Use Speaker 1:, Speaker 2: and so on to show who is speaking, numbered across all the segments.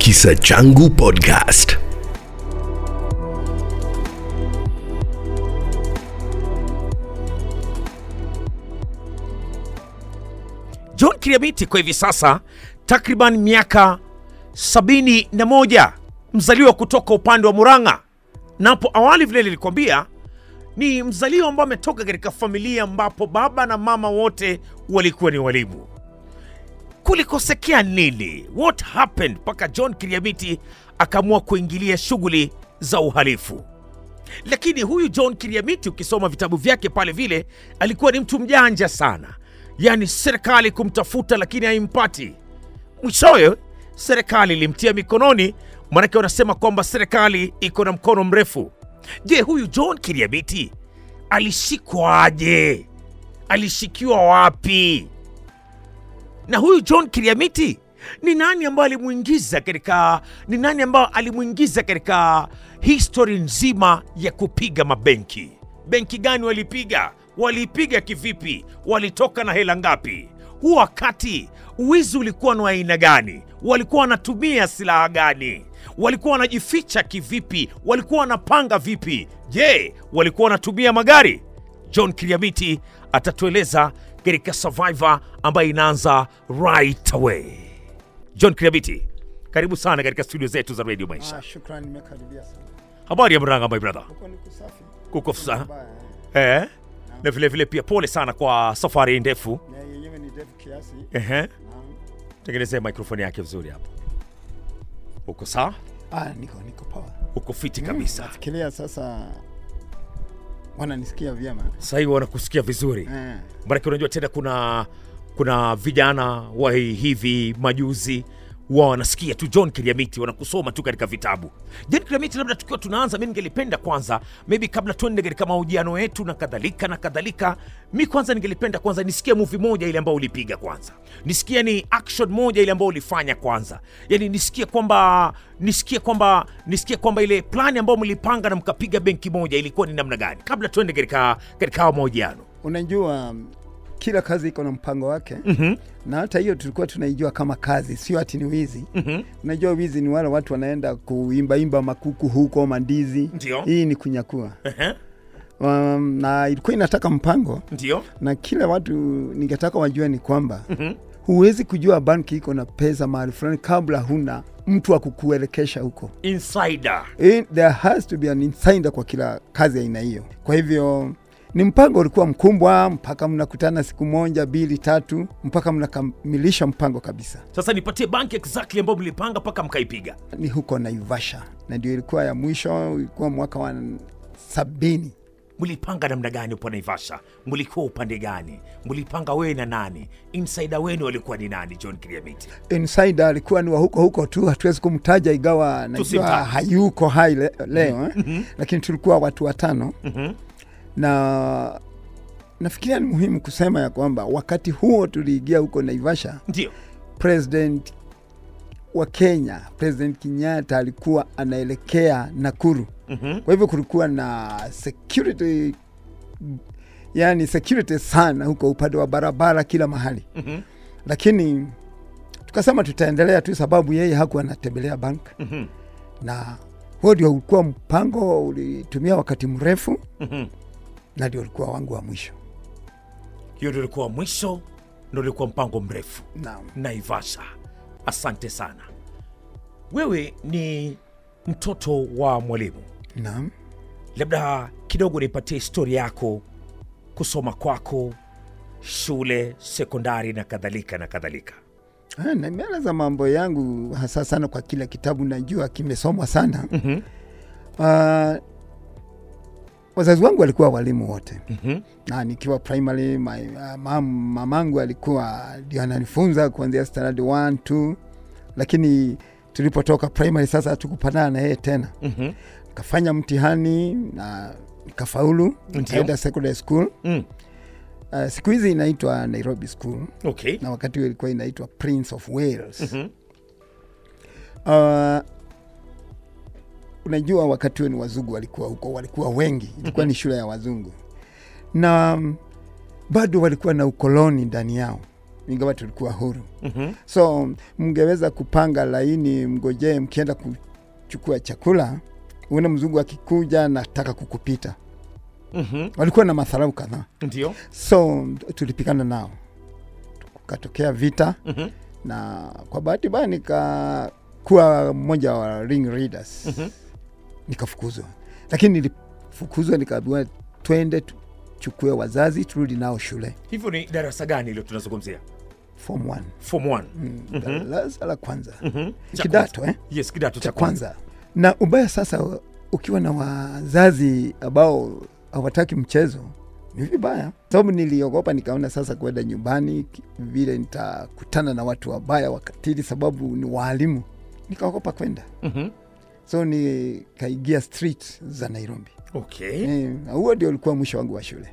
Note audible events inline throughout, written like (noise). Speaker 1: Kisa Changu Podcast.
Speaker 2: John Kiriamiti kwa hivi sasa takriban miaka sabini na moja, mzaliwa kutoka upande wa Murang'a, na hapo awali vile nilikwambia ni mzaliwa ambaye ametoka katika familia ambapo baba na mama wote walikuwa ni walimu. Kulikosekea nini? What happened mpaka John Kiriamiti akaamua kuingilia shughuli za uhalifu? Lakini huyu John Kiriamiti, ukisoma vitabu vyake pale, vile alikuwa ni mtu mjanja sana, yaani serikali kumtafuta lakini haimpati. Mwishowe serikali ilimtia mikononi, maanake wanasema kwamba serikali iko na mkono mrefu. Je, huyu John Kiriamiti alishikwaje? Alishikiwa wapi? na huyu John Kiriamiti ni nani ambaye alimuingiza katika ni nani ambaye alimuingiza katika history nzima ya kupiga mabenki? Benki gani walipiga? Walipiga kivipi? Walitoka na hela ngapi? Huu wakati uwizi ulikuwa ni wa aina gani? Walikuwa wanatumia silaha gani? Walikuwa wanajificha kivipi? Walikuwa wanapanga vipi? Je, walikuwa wanatumia magari? John Kiriamiti atatueleza katika Survivor ambayo inaanza right away. John Kiriamiti, karibu sana katika studio zetu za Radio Maisha.
Speaker 3: Ah, shukrani, nimekaribia sana.
Speaker 2: Habari ya Murang'a, my brother?
Speaker 3: Kwa ni kusafi
Speaker 2: Kuko sawa?
Speaker 3: baya eh.
Speaker 2: Eh? Na vile vile pia pole sana kwa safari ndefu.
Speaker 3: na yenyewe ni ndefu kiasi.
Speaker 2: Ehe. Tengenezea microphone yake vizuri hapo. Uko sawa?
Speaker 3: Ah, niko niko poa.
Speaker 2: Uko
Speaker 3: Mm.
Speaker 2: fiti kabisa.
Speaker 3: Fikiria sasa wananisikia vyema.
Speaker 2: Sasa hivi wanakusikia vizuri.
Speaker 3: Eh,
Speaker 2: Maanake unajua tena kuna kuna vijana wa hi- hivi majuzi wa wanasikia tu John Kiriamiti wanakusoma tu katika vitabu. John Kiriamiti, labda tukiwa tunaanza, mi ningelipenda kwanza, maybe kabla tuende katika mahojiano yetu na kadhalika na kadhalika, mi kwanza ningelipenda kwanza nisikie movie moja ile ambayo ulipiga kwanza, nisikie ni action moja ile ambayo ulifanya kwanza, yani nisikie kwamba nisikie kwamba nisikie kwamba ile plani ambayo mlipanga na mkapiga benki moja ilikuwa ni namna gani, kabla tuende katika katika hawa mahojiano.
Speaker 3: unajua mm, kila kazi iko na mpango wake
Speaker 2: Mhm.
Speaker 3: mm-hmm. na hata hiyo tulikuwa tunaijua kama kazi, sio ati ni wizi
Speaker 2: Mhm.
Speaker 3: mm-hmm. Unajua wizi ni wale watu wanaenda kuimbaimba makuku huko mandizi.
Speaker 2: Ndio.
Speaker 3: Hii ni kunyakua
Speaker 2: Ehe.
Speaker 3: um, na ilikuwa inataka mpango
Speaker 2: ndio
Speaker 3: na kila watu ningetaka wajue ni kwamba huwezi kujua banki iko na pesa mahali fulani kabla huna mtu wa kukuelekesha huko.
Speaker 2: insider
Speaker 3: Eh, There has to be an insider kwa kila kazi ya aina hiyo. Kwa hivyo ni mpango ulikuwa mkubwa mpaka mnakutana siku moja, mbili, tatu mpaka mnakamilisha mpango kabisa.
Speaker 2: sasa nipatie banki exactly ambayo mlipanga mpaka mkaipiga
Speaker 3: Ni huko Naivasha na ndio ilikuwa ya mwisho, ilikuwa mwaka wa sabini.
Speaker 2: mlipanga namna gani upo naivasha mlikuwa upande gani mlipanga wewe na nani insider wenu walikuwa ni nani john kiriamiti
Speaker 3: insider alikuwa ni wa huko huko tu, hatuwezi kumtaja ingawa najua
Speaker 2: Tusimtaje.
Speaker 3: hayuko hai le, leo eh? Lakini tulikuwa watu watano na nafikiria ni muhimu kusema ya kwamba wakati huo tuliingia huko Naivasha,
Speaker 2: ndio
Speaker 3: president wa Kenya President Kenyatta alikuwa anaelekea Nakuru. Kwa hivyo kulikuwa na security yani security sana huko upande wa barabara kila mahali mm-hmm. Lakini tukasema tutaendelea tu sababu yeye hakuwa anatembelea bank mm-hmm. na huo ndio ulikuwa mpango ulitumia wakati mrefu mm-hmm. na ndio ulikuwa wangu wa mwisho.
Speaker 2: hiyo ndio ilikuwa mwisho ndio ilikuwa mpango mrefu
Speaker 3: Naam.
Speaker 2: naivasha asante sana wewe ni mtoto wa mwalimu
Speaker 3: Naam.
Speaker 2: labda kidogo nipatie historia yako kusoma kwako shule sekondari na kadhalika na kadhalika
Speaker 3: Ah, na Nimeeleza mambo yangu hasa sana kwa kila
Speaker 2: Mhm.
Speaker 3: kitabu najua kimesomwa sana mm-hmm. Ah, wazazi wangu walikuwa walimu wote
Speaker 2: Mhm.
Speaker 3: mm-hmm. na nikiwa primary my, uh, mam, mamangu alikuwa ndio ananifunza kuanzia standard 1 2 lakini tulipotoka primary sasa hatukupatana na yeye tena
Speaker 2: Mhm.
Speaker 3: nikafanya mtihani na nikafaulu nikaenda secondary school
Speaker 2: Mm.
Speaker 3: uh, siku hizi inaitwa nairobi school
Speaker 2: Okay.
Speaker 3: na wakati huo ilikuwa inaitwa prince of wales
Speaker 2: Mhm.
Speaker 3: uh, unajua wakati huo ni wazungu walikuwa huko walikuwa wengi ilikuwa
Speaker 2: Mhm.
Speaker 3: ni shule ya wazungu na mm, bado walikuwa na ukoloni ndani yao ingawa tulikuwa huru
Speaker 2: Mhm.
Speaker 3: so mngeweza kupanga laini mgojee mkienda kuchukua chakula uone mzungu akikuja nataka kukupita
Speaker 2: Mhm.
Speaker 3: walikuwa na madharau kadhaa
Speaker 2: Ndio.
Speaker 3: so tulipigana nao kukatokea vita
Speaker 2: Mhm.
Speaker 3: na kwa bahati mbaya nikakuwa mmoja wa ring readers
Speaker 2: Mhm.
Speaker 3: nikafukuzwa lakini nilifukuzwa nikaambiwa twende tuchukue wazazi turudi nao shule
Speaker 2: Hivyo ni darasa gani hilo tunazungumzia?
Speaker 3: form 1
Speaker 2: Form 1.
Speaker 3: darasa la kwanza
Speaker 2: Mhm. Cha
Speaker 3: kidato eh?
Speaker 2: kwanza. Yes, kidato
Speaker 3: cha kwanza na ubaya sasa ukiwa na wazazi ambao hawataki mchezo ni vibaya sababu niliogopa nikaona sasa kuenda nyumbani ki- vile nitakutana na watu wabaya wakatili sababu ni waalimu nikaogopa kwenda
Speaker 2: Mhm.
Speaker 3: so nikaigia street za nairobi
Speaker 2: Okay.
Speaker 3: Eh, na huo ndio ulikuwa mwisho wangu wa shule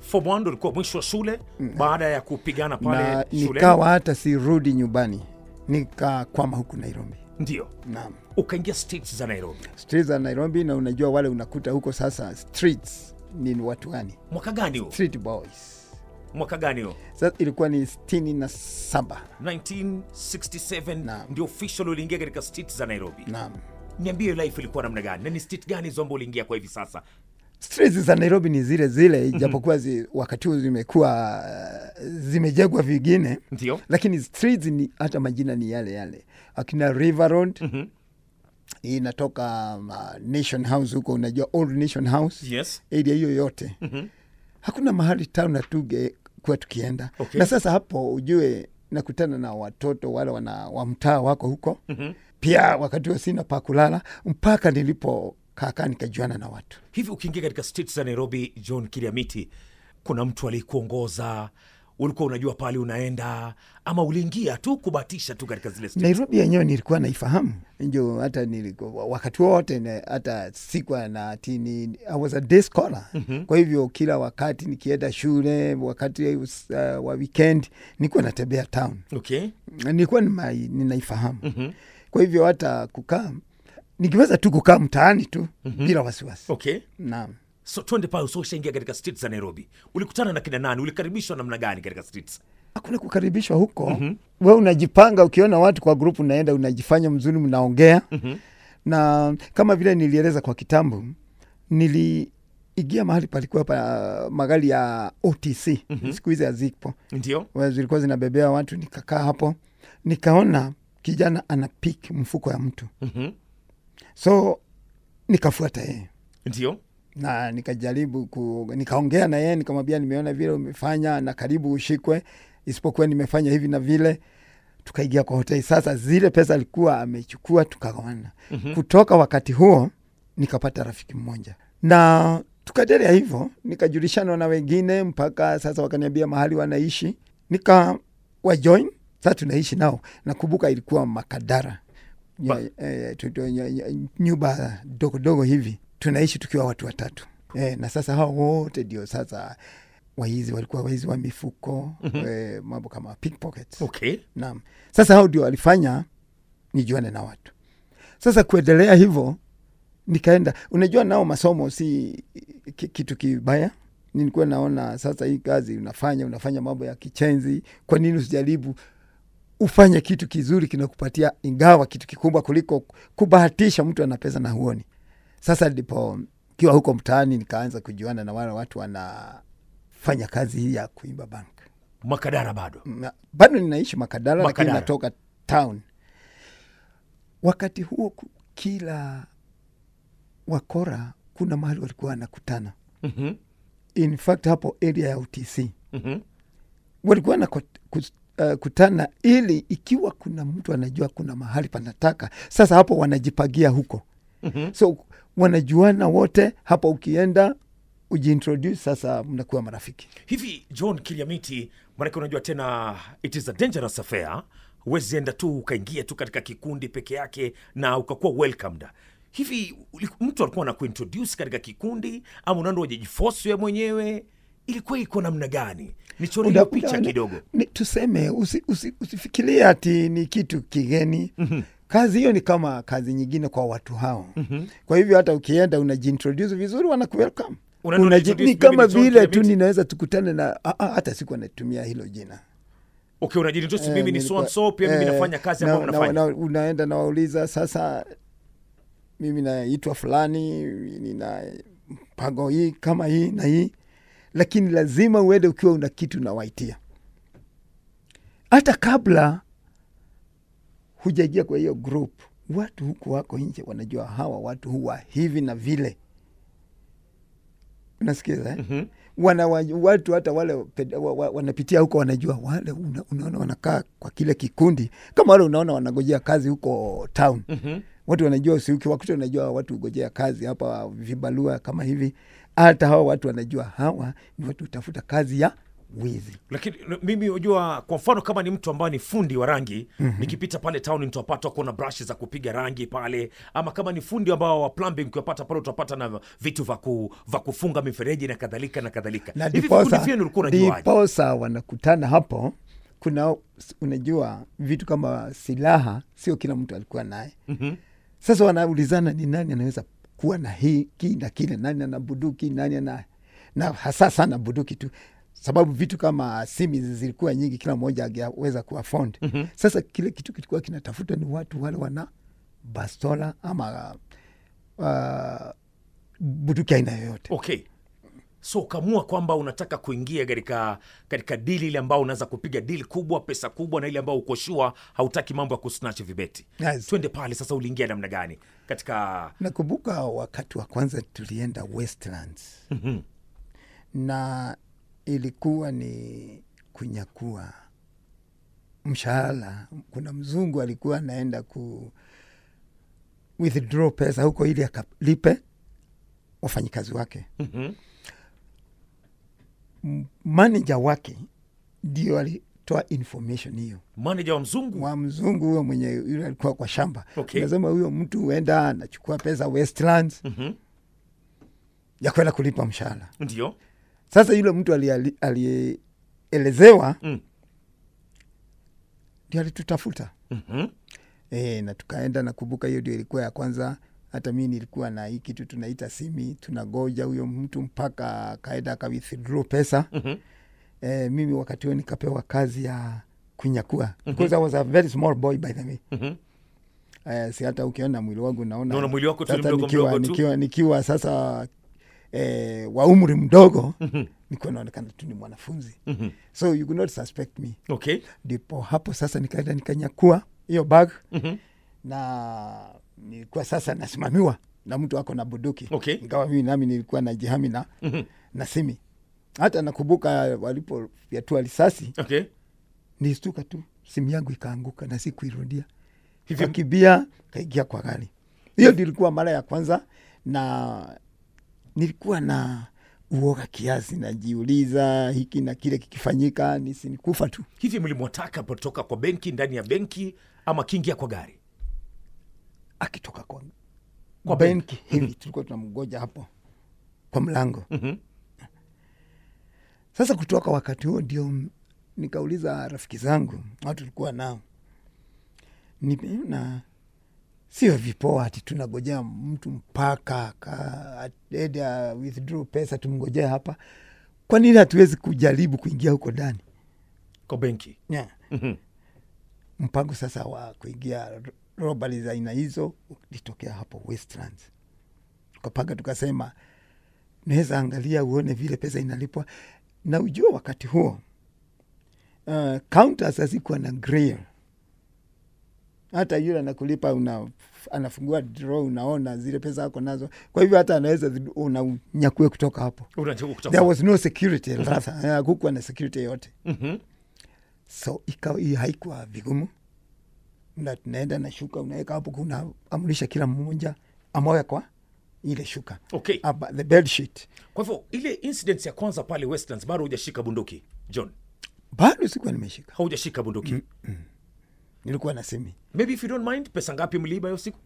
Speaker 2: Form 1 ndo ulikuwa mwisho wa shule baada ya kupigana
Speaker 3: Mm. na
Speaker 2: pale shuleni.
Speaker 3: nikawa hata sirudi nyumbani nikakwama huku nairobi
Speaker 2: Ndio.
Speaker 3: naam
Speaker 2: Ukaingia states za Nairobi.
Speaker 3: streets za Nairobi, na unajua wale unakuta huko sasa streets ni ni watu gani?
Speaker 2: Mwaka gani huo?
Speaker 3: Street boys.
Speaker 2: Mwaka gani huo?
Speaker 3: Sasa ilikuwa ni sitini na saba
Speaker 2: 1967
Speaker 3: Naam.
Speaker 2: ndio official uliingia katika state za Nairobi.
Speaker 3: naam.
Speaker 2: Niambie life ilikuwa namna gani? Na ni state gani hizo ambazo uliingia kwa hivi sasa?
Speaker 3: Streets za Nairobi ni zile
Speaker 2: Mhm.
Speaker 3: zile, japokuwa zi, wakati huu zimekuwa uh, zimejengwa vingine,
Speaker 2: Ndio.
Speaker 3: lakini streets ni hata majina ni yale yale, akina River Road
Speaker 2: Mhm.
Speaker 3: inatoka uh, Nation House huko, unajua Old Nation House
Speaker 2: Yes.
Speaker 3: area hiyo yote mm-hmm. hakuna mahali town hatuge kuwa tukienda
Speaker 2: Okay.
Speaker 3: na sasa hapo ujue nakutana na watoto wale wana wa mtaa wako huko mm-hmm. pia wakati huo sina pa kulala mpaka nilipo kaka nikajuana na watu
Speaker 2: Hivi ukiingia katika state za Nairobi, John Kiriamiti, kuna mtu aliyekuongoza? Ulikuwa unajua pale unaenda, ama uliingia tu kubatisha tu katika zile state?
Speaker 3: nairobi yenyewe nilikuwa naifahamu njo hata niliko, wakati wote na- hata sikwa na tini I was a day scholar mm-hmm. kwa hivyo kila wakati nikienda shule wakati uh, wa weekend nilikuwa natembea town
Speaker 2: Okay.
Speaker 3: nilikuwa nima- ninaifahamu mm-hmm. kwa hivyo hata kukaa nikiweza tu kukaa mtaani tu mm-hmm. bila wasiwasi
Speaker 2: Okay.
Speaker 3: naam
Speaker 2: So twende pale, usoshaingia katika states za Nairobi, ulikutana na kina nani? Ulikaribishwa namna gani katika states?
Speaker 3: hakuna kukaribishwa huko mm-hmm. we unajipanga ukiona watu kwa grupu unaenda unajifanya mzuri mnaongea mm-hmm. na kama vile nilieleza kwa kitambu niliigia mahali palikuwa pa magari ya otc mm-hmm. siku hizi hazipo
Speaker 2: Ndio.
Speaker 3: Wa- zilikuwa zinabebea watu nikakaa hapo nikaona kijana ana pik mfuko ya mtu
Speaker 2: Mhm.
Speaker 3: so nikafuata yeye
Speaker 2: Ndio.
Speaker 3: na nikajaribu ku, nikaongea na yeye nikamwambia nimeona vile umefanya na karibu ushikwe isipokuwa nimefanya hivi na vile tukaingia kwa hoteli sasa zile pesa alikuwa amechukua tukaona mm-hmm. kutoka wakati huo nikapata rafiki mmoja na tukaendelea hivyo nikajulishana na wengine mpaka sasa wakaniambia mahali wanaishi nika wajoin sasa tunaishi nao nakumbuka ilikuwa makadara Nye- eh, tu- tu- nye- nye- nyumba dogodogo hivi tunaishi tukiwa watu watatu eh, na sasa hao wote ndio sasa waizi walikuwa waizi wa mifuko mm-hmm. eh, mambo kama pickpockets
Speaker 2: Okay.
Speaker 3: Naam. Sasa hao ndio walifanya nijuane na watu. Sasa kuendelea hivyo nikaenda, unajua nao masomo si ki- kitu kibaya. Nilikuwa naona sasa hii kazi unafanya unafanya mambo ya kichenzi, kwa nini usijaribu ufanye kitu kizuri kinakupatia ingawa kitu kikubwa kuliko kubahatisha mtu ana pesa na huoni. Sasa ndipo kiwa huko mtaani nikaanza kujuana na wale watu wanafanya kazi hii ya kuimba bank
Speaker 2: Makadara bado.
Speaker 3: na- bado ninaishi Makadara, lakini
Speaker 2: Makadara.
Speaker 3: natoka town. Wakati huo ku- kila wakora kuna mahali walikuwa wanakutana.
Speaker 2: Mhm.
Speaker 3: In fact hapo area ya UTC
Speaker 2: Mhm.
Speaker 3: walikuwa wanakutana eh, ili ikiwa kuna mtu anajua kuna mahali panataka, sasa
Speaker 2: Mhm.
Speaker 3: hapo wanajipagia huko. mm-hmm. so wanajuana wote hapo, ukienda ujiintroduce sasa, mnakuwa marafiki.
Speaker 2: hivi john kiliamiti maanake unajua tena it is a dangerous affair huwezi enda tu ukaingia tu katika kikundi peke yake na ukakuwa welcomed hivi uli- mtu alikuwa na kuintroduce katika kikundi ama unaenda ujajifosi we mwenyewe ilikuwa iko namna gani nichorie
Speaker 3: Uda-
Speaker 2: picha
Speaker 3: uda-
Speaker 2: kidogo
Speaker 3: Ni, tuseme usi, usi, usifikirie ati ni kitu kigeni
Speaker 2: Mhm.
Speaker 3: mm-hmm. Kazi hiyo ni kama kazi nyingine kwa watu hao
Speaker 2: Mhm.
Speaker 3: mm-hmm. Kwa hivyo hata ukienda unajiintroduce vizuri, wanakuwelcome
Speaker 2: Unaenda
Speaker 3: Unaji,
Speaker 2: unajiintroduce,
Speaker 3: ni kama
Speaker 2: mimi ni John
Speaker 3: vile tu
Speaker 2: Kidamiti.
Speaker 3: ninaweza tukutane na ah, ah, hata siku anatumia hilo jina
Speaker 2: okay unajinitosi
Speaker 3: Eh,
Speaker 2: mimi ni so
Speaker 3: nilikuwa-
Speaker 2: and so pia mimi
Speaker 3: eh,
Speaker 2: nafanya kazi
Speaker 3: na-
Speaker 2: ambayo
Speaker 3: na-
Speaker 2: mnafanya
Speaker 3: na- Unaenda nawauliza sasa, mimi naitwa fulani, nina mpango hii kama hii na hii, lakini lazima uende ukiwa una kitu unawaitia, hata kabla hujaingia kwa hiyo group. Watu huku wako nje wanajua hawa watu huwa hivi na vile, unasikiza eh? mm-hmm wana wa- watu hata wale ped- wa- wa- wanapitia huko wanajua wale una, unaona wanakaa kwa kile kikundi kama wale unaona wanagojea kazi huko town mm-hmm. watu wanajua usiuki wakuta wanajua watu hugojea kazi hapa vibalua kama hivi hata hawa watu wanajua hawa ni watu utafuta kazi ya wizi
Speaker 2: lakini n- mimi unajua kwa mfano kama ni mtu ambaye ni fundi wa rangi
Speaker 3: Mhm.
Speaker 2: mm-hmm. nikipita pale town nitapata wako na brush za kupiga rangi pale ama kama ni fundi ambao wa plumbing ukiwapata pale utapata na vitu vya ku- vya kufunga mifereji na kadhalika na kadhalika
Speaker 3: na
Speaker 2: hivi vikundi
Speaker 3: diposa,
Speaker 2: vyenu ulikuwa unajuaje
Speaker 3: diposa wanakutana hapo kuna unajua vitu kama silaha sio kila mtu alikuwa naye
Speaker 2: Mhm.
Speaker 3: mm-hmm. sasa wanaulizana ni nani anaweza kuwa na hiki na kile nani ana buduki nani ana na hasa sana buduki tu sababu vitu kama simu hizi zilikuwa nyingi kila mmoja angeweza kuafond
Speaker 2: Mhm.
Speaker 3: mm-hmm. sasa kile kitu kilikuwa kinatafutwa ni watu wale wana bastola ama uh, buduki aina yoyote
Speaker 2: okay so ukaamua kwamba unataka kuingia katika katika dili ile ambao unaweza kupiga dili kubwa pesa kubwa na ile ambao uko sure hautaki mambo ya kusnatch vibeti
Speaker 3: Yes.
Speaker 2: twende pale sasa uliingia namna gani katika
Speaker 3: nakumbuka wakati wa kwanza tulienda westlands na ilikuwa ni kunyakua mshahara kuna mzungu alikuwa anaenda ku withdraw pesa huko ili akalipe wafanyikazi wake
Speaker 2: mm-hmm.
Speaker 3: manaja wake ndio alitoa information hiyo
Speaker 2: manaja wa mzungu
Speaker 3: wa mzungu huyo mwenye yule alikuwa kwa shamba
Speaker 2: Okay.
Speaker 3: nasema huyo mtu huenda anachukua pesa westlands
Speaker 2: Mhm.
Speaker 3: ya kwenda kulipa mshahara
Speaker 2: ndio
Speaker 3: sasa yule mtu aliali- aliyeelezewa
Speaker 2: Mm.
Speaker 3: ndio alitutafuta
Speaker 2: mm-hmm.
Speaker 3: e, na tukaenda nakumbuka hiyo ndio ilikuwa ya kwanza hata mi nilikuwa na hii kitu tunaita simi tunagoja huyo mtu mpaka akaenda akawithdraw pesa
Speaker 2: Mhm.
Speaker 3: e, mimi wakati huo nikapewa kazi ya kunyakua because I was a very small boy by the way
Speaker 2: Mhm.
Speaker 3: Eh, si hata ukiona mwili wangu naona
Speaker 2: Unaona mwili wako tu ni
Speaker 3: sasa
Speaker 2: mdogo
Speaker 3: nikiwa,
Speaker 2: mdogo tu.
Speaker 3: nikiwa, nikiwa sasa eh, wa umri mdogo
Speaker 2: Mhm.
Speaker 3: nikuwa naonekana tu ni mwanafunzi so you could not suspect me
Speaker 2: okay
Speaker 3: ndipo hapo sasa nikaenda nikanyakua hiyo bag
Speaker 2: Mhm,
Speaker 3: na nilikuwa sasa nasimamiwa na mtu ako na buduki
Speaker 2: Okay.
Speaker 3: ingawa mimi nami nilikuwa na jihami na,
Speaker 2: mhm.
Speaker 3: na simi hata nakumbuka walipofyatua risasi
Speaker 2: okay
Speaker 3: nilistuka tu simu yangu ikaanguka na sikuirudia
Speaker 2: Hivi-
Speaker 3: kakibia kaingia kwa gari hiyo ndio ilikuwa mara ya kwanza na nilikuwa na uoga kiasi najiuliza hiki na kile kikifanyika nisinikufa tu
Speaker 2: hivi mlimwataka potoka kwa benki ndani ya benki ama kiingia kwa gari
Speaker 3: akitoka kwa,
Speaker 2: Kwa
Speaker 3: benki (laughs) hivi tulikuwa tunamgoja hapo kwa mlango
Speaker 2: Mhm.
Speaker 3: sasa kutoka wakati huo ndio m- nikauliza rafiki zangu watu tulikuwa nao nimeona sio vipoa ati tunagojea mtu mpaka ka- aende a- withdraw pesa tumgojee hapa kwa nini hatuwezi kujaribu kuingia huko ndani
Speaker 2: kwa benki
Speaker 3: yeah.
Speaker 2: Mhm.
Speaker 3: mpango sasa wa kuingia ro- robali za aina hizo ulitokea hapo Westlands. Tukapanga tukasema, naweza angalia uone vile pesa inalipwa, na ujua wakati huo uh, counters hazikuwa na grill. Hata yule anakulipa una, anafungua draw, unaona zile pesa ako nazo, kwa hivyo hata anaweza zi- unanyakue kutoka hapo
Speaker 2: unajua
Speaker 3: there
Speaker 2: kutafuta
Speaker 3: was no security
Speaker 2: Mm-hmm.
Speaker 3: sasa hakukuwa na security yoyote
Speaker 2: Mhm.
Speaker 3: so ikawa hii haikuwa vigumu na tunaenda na shuka unaweka hapo kuna amrisha kila mmoja amoya kwa ile shuka
Speaker 2: Okay.
Speaker 3: Aba, the bed sheet
Speaker 2: kwa hivyo ile incident ya kwanza pale westlands bado hujashika bunduki john
Speaker 3: bado sikuwa nimeshika,
Speaker 2: haujashika bunduki
Speaker 3: Mm. nilikuwa na simi,
Speaker 2: maybe if you don't mind pesa ngapi mliiba hiyo siku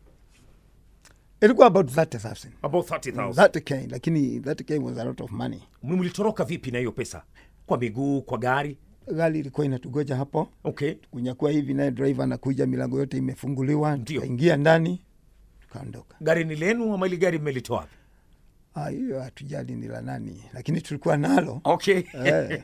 Speaker 3: ilikuwa about 30,000
Speaker 2: about 30000
Speaker 3: 30k, lakini 30k was a lot of money.
Speaker 2: mlitoroka vipi na hiyo pesa kwa miguu kwa gari
Speaker 3: Gari ilikuwa inatugoja hapo
Speaker 2: okay
Speaker 3: kunyakua hivi, naye driver anakuja, milango yote imefunguliwa,
Speaker 2: Ndio.
Speaker 3: tukaingia ndani tukaondoka.
Speaker 2: gari ni lenu ama ili gari mmelitoa wapi
Speaker 3: Ah, Hiyo hatujali ni la nani, lakini tulikuwa nalo
Speaker 2: okay
Speaker 3: Eh.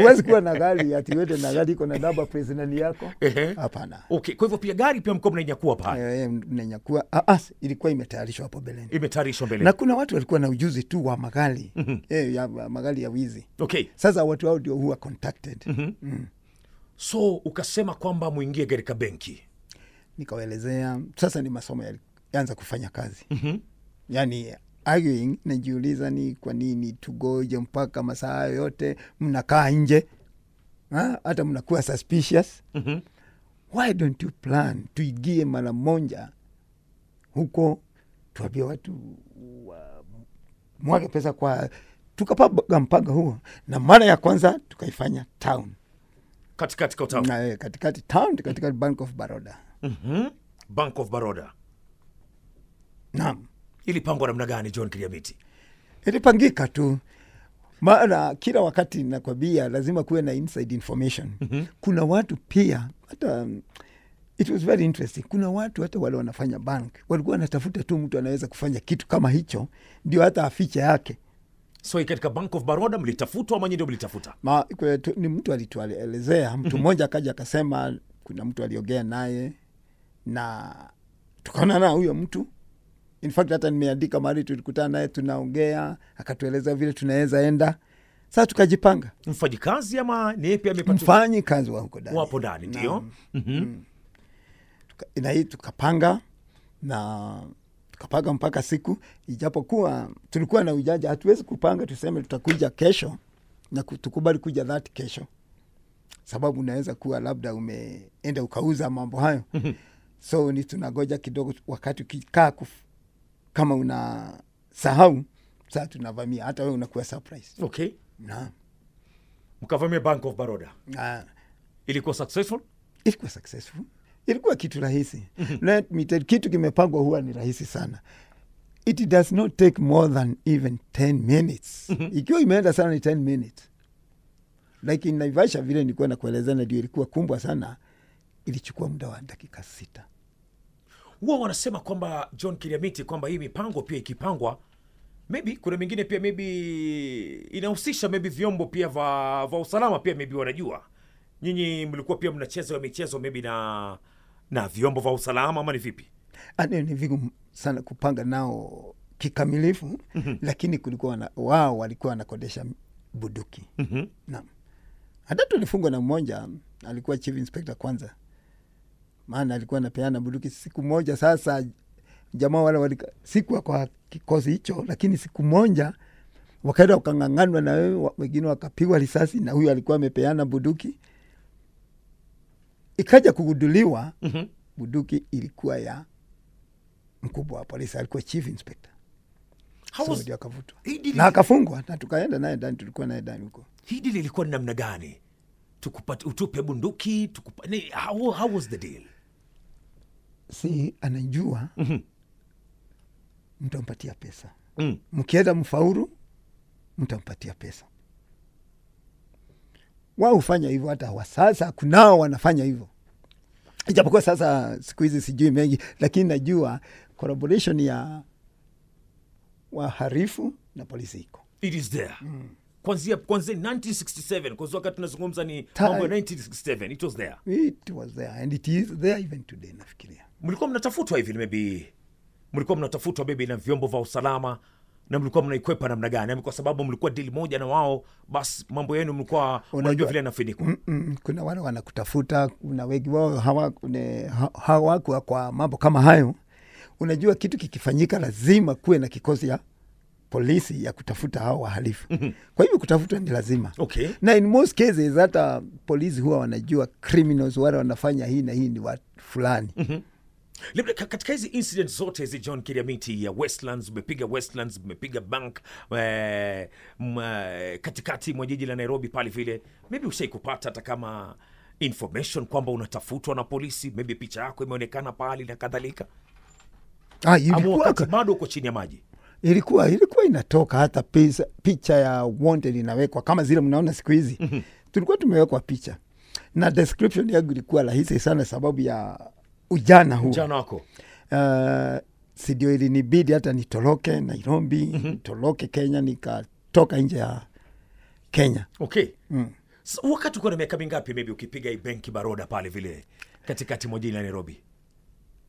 Speaker 3: Huwezi kuwa na gari ati uende na gari iko na namba personali yako,
Speaker 2: Ehe.
Speaker 3: hapana.
Speaker 2: (laughs) okay kwa hivyo pia gari pia mko mnainyakua pale
Speaker 3: Eh, Mnanyakua Ah, ah, ilikuwa imetayarishwa hapo beleni,
Speaker 2: imetayarishwa mbele
Speaker 3: na kuna watu walikuwa na ujuzi tu wa magari
Speaker 2: Mhm.
Speaker 3: eh, ya magari ya wizi.
Speaker 2: okay
Speaker 3: Sasa watu hao ndio huwa contacted.
Speaker 2: Mhm. so ukasema kwamba mwingie katika benki
Speaker 3: nikawaelezea sasa ni masomo yalianza kufanya kazi mm-hmm. yani arguing najiuliza ni kwa nini tugoje mpaka masaa hayo yote mnakaa nje Ha? hata mnakuwa suspicious mm-hmm. why don't you plan tuigie mara moja huko tuambie watu wa- mwage pesa kwa tukapaga mpanga huo na mara ya kwanza tukaifanya town
Speaker 2: katikati kota
Speaker 3: na, eh, katikati town katika bank of baroda
Speaker 2: bank of baroda
Speaker 3: naam
Speaker 2: ilipangwa namna gani john kiriamiti
Speaker 3: ilipangika tu maana kila wakati nakwambia lazima kuwe na inside information mm-hmm. kuna watu pia hata um, it was very interesting kuna watu hata wale wanafanya bank walikuwa wanatafuta tu mtu anaweza kufanya kitu kama hicho ndio hata afiche yake
Speaker 2: so hii katika bank of baroda mlitafutwa ama nyindo mlitafuta
Speaker 3: Ma, kwe- tu- ni mtu alituelezea
Speaker 2: Mhm.
Speaker 3: mtu mmoja akaja akasema kuna mtu aliongea naye na tukaona na huyo mtu in fact hata nimeandika mahali tulikutana naye tunaongea akatueleza vile tunaweza enda sasa tukajipanga
Speaker 2: mfanyi kazi ama ni yeye pia amepata
Speaker 3: mfanyi kazi wa huko ndani
Speaker 2: wapo ndani ndio
Speaker 3: Tuka- na hii tukapanga na tukapanga mpaka siku ijapokuwa tulikuwa na ujaja hatuwezi kupanga tuseme tutakuja kesho na ku- tukubali kuja dhati kesho sababu unaweza kuwa labda umeenda ukauza mambo hayo so ni tunagoja kidogo wakati ukikaa kuf- kama una sahau saa tunavamia hata wewe unakuwa surprise
Speaker 2: okay
Speaker 3: na,
Speaker 2: mkavamia bank of baroda
Speaker 3: na
Speaker 2: ilikuwa successful
Speaker 3: ilikuwa successful ilikuwa kitu rahisi Let me tell- kitu kimepangwa huwa ni rahisi sana it does not take more than even 10 minutes ikiwa imeenda sana ni 10 minutes like in naivasha vile nilikuwa nakuelezea na ndio ilikuwa kumbwa sana ilichukua muda wa dakika sita
Speaker 2: huwa wanasema kwamba john kiriamiti kwamba hii mipango pia ikipangwa maybe kuna mingine pia maybe inahusisha maybe vyombo pia va, va usalama pia maybe wanajua nyinyi mlikuwa pia mnacheza hiyo michezo maybe na na vyombo vya usalama ama ni vipi
Speaker 3: Yaani ni vigumu sana kupanga nao kikamilifu lakini kulikuwa na, wao walikuwa wanakodesha bunduki naam hata tulifungwa na mmoja alikuwa chief inspector kwanza maana alikuwa anapeana bunduki siku moja sasa jamaa wale walika, sikuwa kwa kikosi hicho lakini siku moja wakaenda wakang'ang'anwa na wewe wa- wengine wakapigwa risasi na huyu alikuwa amepeana bunduki ikaja kugunduliwa mm-hmm. bunduki ilikuwa ya mkubwa wa polisi alikuwa chief inspector
Speaker 2: How
Speaker 3: so
Speaker 2: was-
Speaker 3: ndio akavutwa
Speaker 2: hii dili-
Speaker 3: na akafungwa na tukaenda naye ndani tulikuwa naye ndani huko
Speaker 2: hii dili ilikuwa ni namna gani tukupate utupe bunduki tukupa, ni, how, how was the deal
Speaker 3: si anajua mm-hmm. mtu ampatia pesa mkienda mfaulu mtampatia pesa wao hufanya hivyo hata wa sasa kunao wanafanya hivyo ijapokuwa sasa siku hizi sijui mengi lakini najua collaboration ya waharifu na polisi iko
Speaker 2: it is there kwanzia kwanzia 1967 kwanzia wakati tunazungumza ni
Speaker 3: Ta-
Speaker 2: mambo ya 1967 it was there
Speaker 3: it was there and it is there even today nafikiria
Speaker 2: mlikuwa mnatafutwa hivi maybe mlikuwa mnatafutwa maybe na vyombo vya usalama na mlikuwa mnaikwepa namna gani Ama kwa sababu mlikuwa dili moja na wao basi mambo yenu mlikuwa unajua vile yanafinikwa
Speaker 3: Mm-mm, kuna wale wanakutafuta, kuna wengi wao hawa- ne- ha- hawakuwa kwa mambo kama hayo. Unajua, kitu kikifanyika lazima kuwe na kikosi ya polisi ya kutafuta hao wahalifu. Kwa hivyo kutafuta ni lazima.
Speaker 2: Mhm. Okay.
Speaker 3: Na in most cases
Speaker 2: Mhm.
Speaker 3: hata polisi huwa wanajua criminals wale wanafanya hii na hii ni watu fulani.
Speaker 2: Labda ka- katika hizi incident zote hizi John Kiriamiti ya Westlands, mmepiga Westlands, mmepiga Bank eh, m, eh, katikati mwa jiji la Nairobi pale vile, maybe ushaikupata hata kama information kwamba unatafutwa na polisi, maybe picha yako imeonekana pahali na kadhalika,
Speaker 3: Ah,
Speaker 2: ama
Speaker 3: ilikuwa,
Speaker 2: wakati bado uko chini ya maji.
Speaker 3: ilikuwa, ilikuwa inatoka hata pesa, picha ya wanted inawekwa kama zile mnaona siku hizi mm-hmm. tulikuwa tumewekwa picha na description yangu ilikuwa rahisi sana sababu ya ujana huu
Speaker 2: Jana wako
Speaker 3: uh, sindio ilinibidi hata nitoroke Nairobi mm nitoroke Kenya nikatoka nje ya Kenya
Speaker 2: okay mm. So, wakati uko na miaka mingapi maybe ukipiga hii benki baroda pale vile katikati mwa jiji la Nairobi?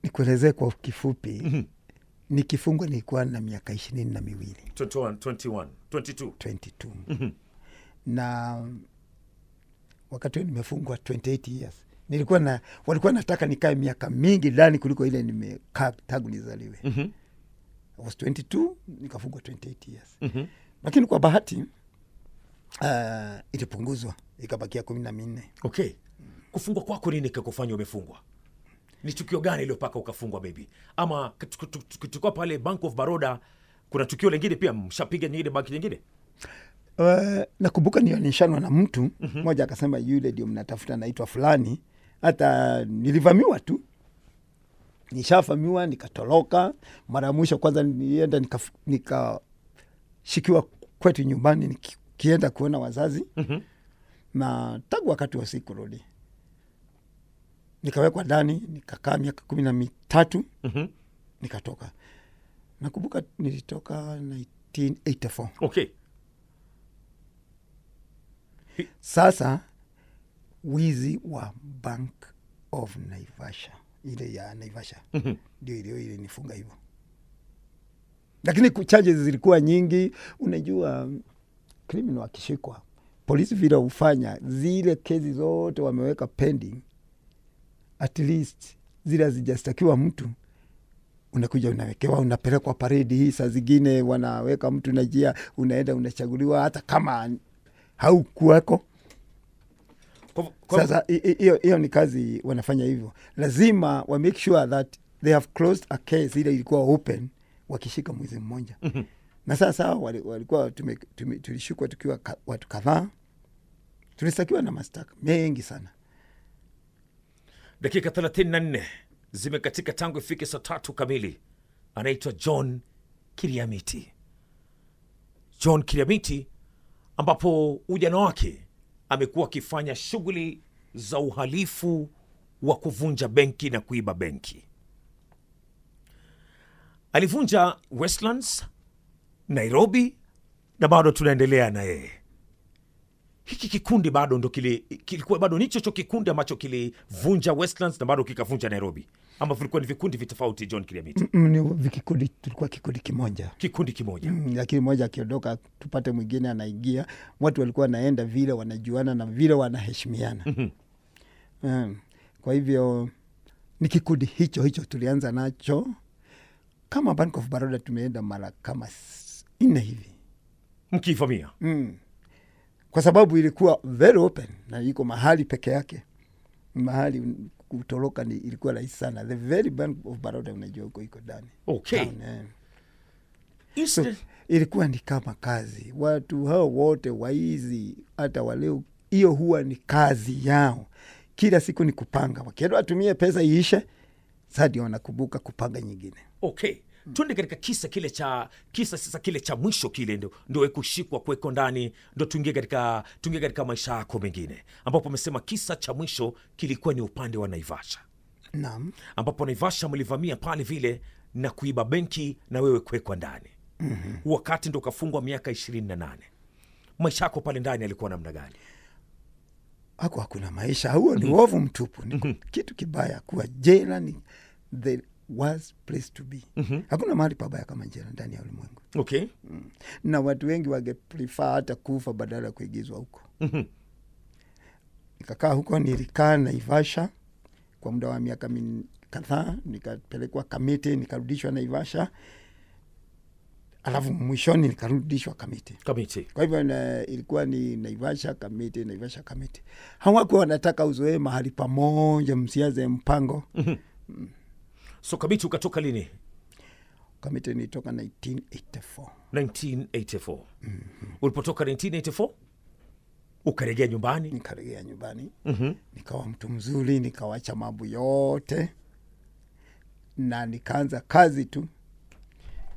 Speaker 3: nikuelezee kwa kifupi mm-hmm. nikifungwa nilikuwa na miaka ishirini na miwili
Speaker 2: 21, 21, 22.
Speaker 3: 22 na wakati huo nimefungwa 28 years nilikuwa na walikuwa nataka nikae miaka mingi ndani kuliko ile nimekaa tangu nizaliwe mm-hmm. I was 22 nikafungwa 28 years mm-hmm. lakini kwa bahati uh, ilipunguzwa ikabakia kumi na minne
Speaker 2: okay kufungwa kwako nini kakufanya umefungwa ni tukio gani iliyopaka ukafungwa maybe ama tuku- tuku- tuku- tukiwa pale bank of baroda kuna tukio lingine pia mshapiga nyingine banki nyingine
Speaker 3: Uh, nakumbuka nionishanwa na mtu mmoja akasema yule ndio mnatafuta naitwa fulani hata nilivamiwa tu nishavamiwa nikatoroka mara ya mwisho kwanza nienda nikashikiwa nika kwetu nyumbani nikienda kuona wazazi mm-hmm. na tangu wakati wa sikurudi nikawekwa ndani nikakaa miaka kumi na mitatu mm-hmm. nikatoka nakumbuka nilitoka 1984
Speaker 2: okay
Speaker 3: sasa wizi wa bank of naivasha ile ya naivasha ndio mm-hmm. ilio ilinifunga hivyo lakini ku- charges zilikuwa nyingi unajua criminal akishikwa polisi vile hufanya zile kesi zote wameweka pending at least zile hazijastakiwa mtu unakuja unawekewa unapelekwa paredi hii saa zingine wanaweka mtu na jia unaenda unachaguliwa hata kama haukuweko
Speaker 2: kwa, kwa,
Speaker 3: sasa hi- hi- hiyo hiyo ni kazi wanafanya hivyo lazima wa make sure that they have closed a case ile ilikuwa open wakishika mwezi mmoja na sasa wali- walikuwa tume- tume- tulishikwa tukiwa ka- watu kadhaa tulistakiwa na mashtaka mengi sana
Speaker 2: dakika 34 zimekatika tangu ifike saa tatu kamili anaitwa john kiriamiti john kiriamiti ambapo ujana wake amekuwa akifanya shughuli za uhalifu wa kuvunja benki na kuiba benki alivunja westlands nairobi na bado tunaendelea na yeye hiki kikundi bado ndo kile kilikuwa bado ni chocho kikundi ambacho kilivunja westlands na bado kikavunja nairobi ambavyo vilikuwa ni vikundi vitofauti john kiliamiti
Speaker 3: Mm, ni vikikundi tulikuwa kikundi kimoja
Speaker 2: kikundi kimoja
Speaker 3: Mm, (clears throat) lakini mmoja akiondoka tupate mwingine anaingia watu walikuwa wanaenda vile wanajuana na vile wanaheshimiana mm-hmm. mm. kwa hivyo ni kikundi hicho hicho tulianza nacho kama bank of baroda tumeenda mara kama s- nne hivi
Speaker 2: mkiivamia
Speaker 3: kwa sababu ilikuwa very open na iko mahali peke yake mahali un- kutoroka ni ilikuwa rahisi sana the very bank of baroda unajua huko iko ndani
Speaker 2: okay
Speaker 3: Town, eh. so,
Speaker 2: Incident-
Speaker 3: ilikuwa ni kama kazi watu hao wote waizi hata waleo hiyo huwa ni kazi yao kila siku ni kupanga wakienda watumie pesa iishe sadi wanakumbuka kupanga nyingine
Speaker 2: okay twende katika kisa kile cha kisa sasa kile cha mwisho kile ndo, ndo we kushikwa kuweko ndani ndo tuingie katika tuingie katika maisha yako mengine ambapo amesema kisa cha mwisho kilikuwa ni upande wa naivasha
Speaker 3: naam
Speaker 2: ambapo naivasha mlivamia pale vile na kuiba benki na wewe kuwekwa ndani mm-hmm. wakati ndo ukafungwa miaka ishirini na nane maisha yako pale ndani yalikuwa namna gani
Speaker 3: hako hakuna maisha huo ni uovu mtupu ni ku- kitu kibaya kuwa jela ni the worst place to be hakuna mahali pabaya kama jela ndani ya ulimwengu
Speaker 2: okay
Speaker 3: na watu wengi wangeprefer hata kufa badala ya kuigizwa huko nikakaa huko nilikaa naivasha kwa muda wa miaka min- kadhaa nikapelekwa kamiti nikarudishwa naivasha alafu mwishoni nikarudishwa kamiti
Speaker 2: kamiti
Speaker 3: kwa hivyo na, ilikuwa ni naivasha kamiti naivasha kamiti hawakuwa wanataka uzoee mahali pamoja msiaze mpango
Speaker 2: Na so kamiti ukatoka lini
Speaker 3: Kamiti nilitoka 1984
Speaker 2: 1984 ulipotoka 1984 ukarejea
Speaker 3: Mm.
Speaker 2: nyumbani
Speaker 3: nikarejea nyumbani mm-hmm. nikawa mtu mzuri, nikawacha mambo yote na nikaanza kazi tu.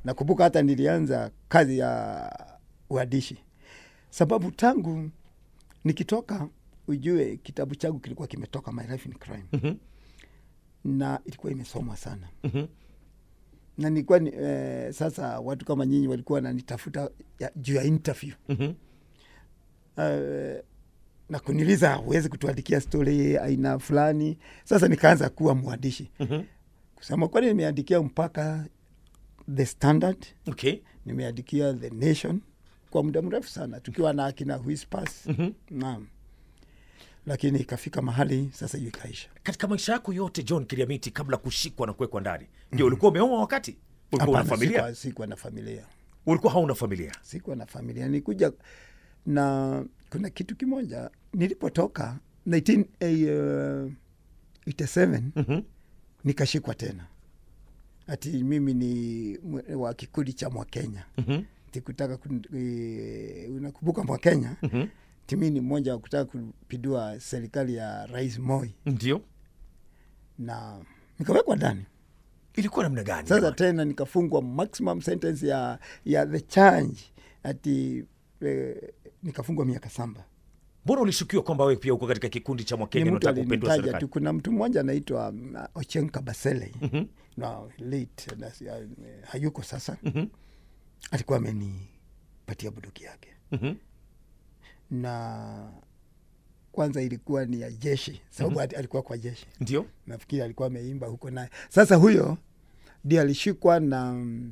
Speaker 3: Nakumbuka hata nilianza kazi ya uandishi, sababu tangu nikitoka, ujue kitabu changu kilikuwa kimetoka My Life in Crime mm-hmm. na ilikuwa imesomwa sana mm-hmm. na nilikuwa ni, eh, sasa watu kama nyinyi walikuwa wananitafuta ya- juu ya interview
Speaker 2: Mhm.
Speaker 3: Eh, na kuniuliza huwezi kutuandikia stori aina fulani. Sasa nikaanza kuwa mwandishi
Speaker 2: Mhm.
Speaker 3: mm-hmm. kusema kweli, nimeandikia mpaka The Standard,
Speaker 2: okay
Speaker 3: nimeandikia The Nation kwa muda mrefu sana, tukiwa na akina Whispers
Speaker 2: Mhm.
Speaker 3: mm-hmm. naam, lakini ikafika mahali sasa hiyo ikaisha.
Speaker 2: katika maisha yako yote john kiriamiti kabla kushikwa na kuwekwa ndani je ulikuwa umeoa wakati ulikuwa una
Speaker 3: Mm-hmm. Hapana,
Speaker 2: familia
Speaker 3: sikuwa- sikuwa na familia
Speaker 2: ulikuwa hauna familia
Speaker 3: sikuwa na familia, nilikuja na kuna kitu kimoja nilipotoka eh, 1987 mm-hmm. nikashikwa tena ati mimi ni mwe- wa kikundi cha Mwakenya mm-hmm. tikutaka eh, unakumbuka Mwakenya mm-hmm. timi ni mmoja wa kutaka kupindua serikali ya Rais Moi
Speaker 2: ndio
Speaker 3: na nikawekwa ndani
Speaker 2: ilikuwa namna gani
Speaker 3: sasa
Speaker 2: jamani?
Speaker 3: tena nikafungwa maximum sentence ya, ya the change ati eh, nikafungwa miaka samba.
Speaker 2: mbona ulishukiwa kwamba wewe pia uko katika kikundi cha mwakenya
Speaker 3: Ni mtu
Speaker 2: unataka kupindua
Speaker 3: alinitaja tu.
Speaker 2: serikali
Speaker 3: Kuna mtu mmoja anaitwa mm, Ochieng Kabasele na late na si- eh, hayuko sasa, alikuwa amenipatia bunduki yake
Speaker 2: Mhm.
Speaker 3: na kwanza ilikuwa ni ya jeshi sababu alikuwa kwa jeshi
Speaker 2: ndio
Speaker 3: nafikiri alikuwa ameimba huko naye. Sasa huyo ndio alishikwa na mm,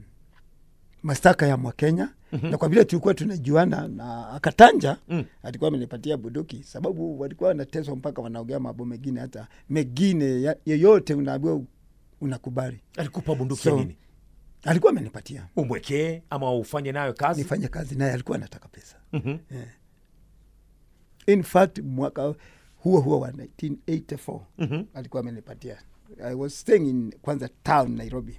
Speaker 3: mashtaka ya Mwakenya mm-hmm. na kwa vile tulikuwa tunajuana na akatanja mm. alikuwa amenipatia bunduki, sababu walikuwa wanateswa mpaka wanaongea mambo mengine, hata mengine ya- yeyote unaambiwa u- unakubali.
Speaker 2: alikupa bunduki
Speaker 3: So-
Speaker 2: ya nini
Speaker 3: Alikuwa amenipatia
Speaker 2: umwekee ama ufanye nayo kazi Mhm.
Speaker 3: nifanye kazi naye, alikuwa anataka pesa mm-hmm. yeah. In fact mwaka huo huo wa 1984 mm-hmm. alikuwa amenipatia. I was staying in kwanza town Nairobi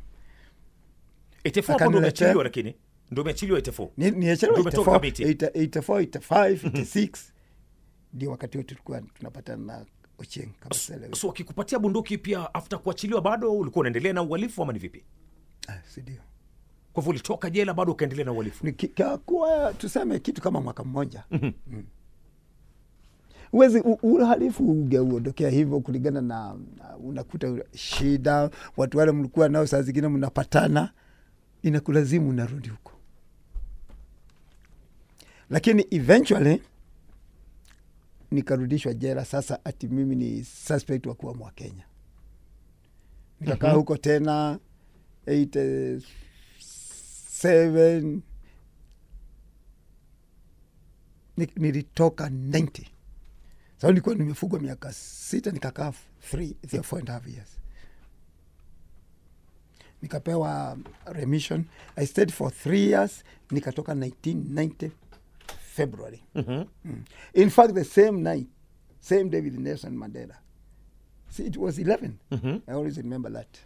Speaker 2: 84 hapo ndo
Speaker 3: akaniletea-
Speaker 2: umeachiliwa lakini ndo umeachiliwa E 84
Speaker 3: Ni- niachelewa
Speaker 2: Ndio umetoka Kabiti. Mhm.
Speaker 3: 84, 84, 85, 86 ndio wakati wote tulikuwa tunapatana na Ochieng Kabasele.
Speaker 2: so wakikupatia bunduki pia after kuachiliwa bado ulikuwa unaendelea na uhalifu ama ni vipi
Speaker 3: Ah, si ndio?
Speaker 2: kwa hivyo ulitoka jela bado ukaendelea na uhalifu
Speaker 3: Nikakuwa tuseme kitu kama mwaka mmoja mm. Uwezi u- uhalifu ungeuondokea hivyo kulingana na na unakuta shida watu wale mlikuwa nao, saa zingine mnapatana, inakulazimu unarudi huko, lakini eventually nikarudishwa jela. Sasa ati mimi ni suspect wa kuwa Mwakenya, nikakaa huko tena eh, 87 Ni- nilitoka 90 sasa nilikuwa nimefugwa miaka sita nikakaa f- three the four and a half years nikapewa remission i stayed for three years nikatoka 1990 february
Speaker 2: Mhm.
Speaker 3: mm. in fact the same night same day with nelson mandela See, it was 11 i always remember that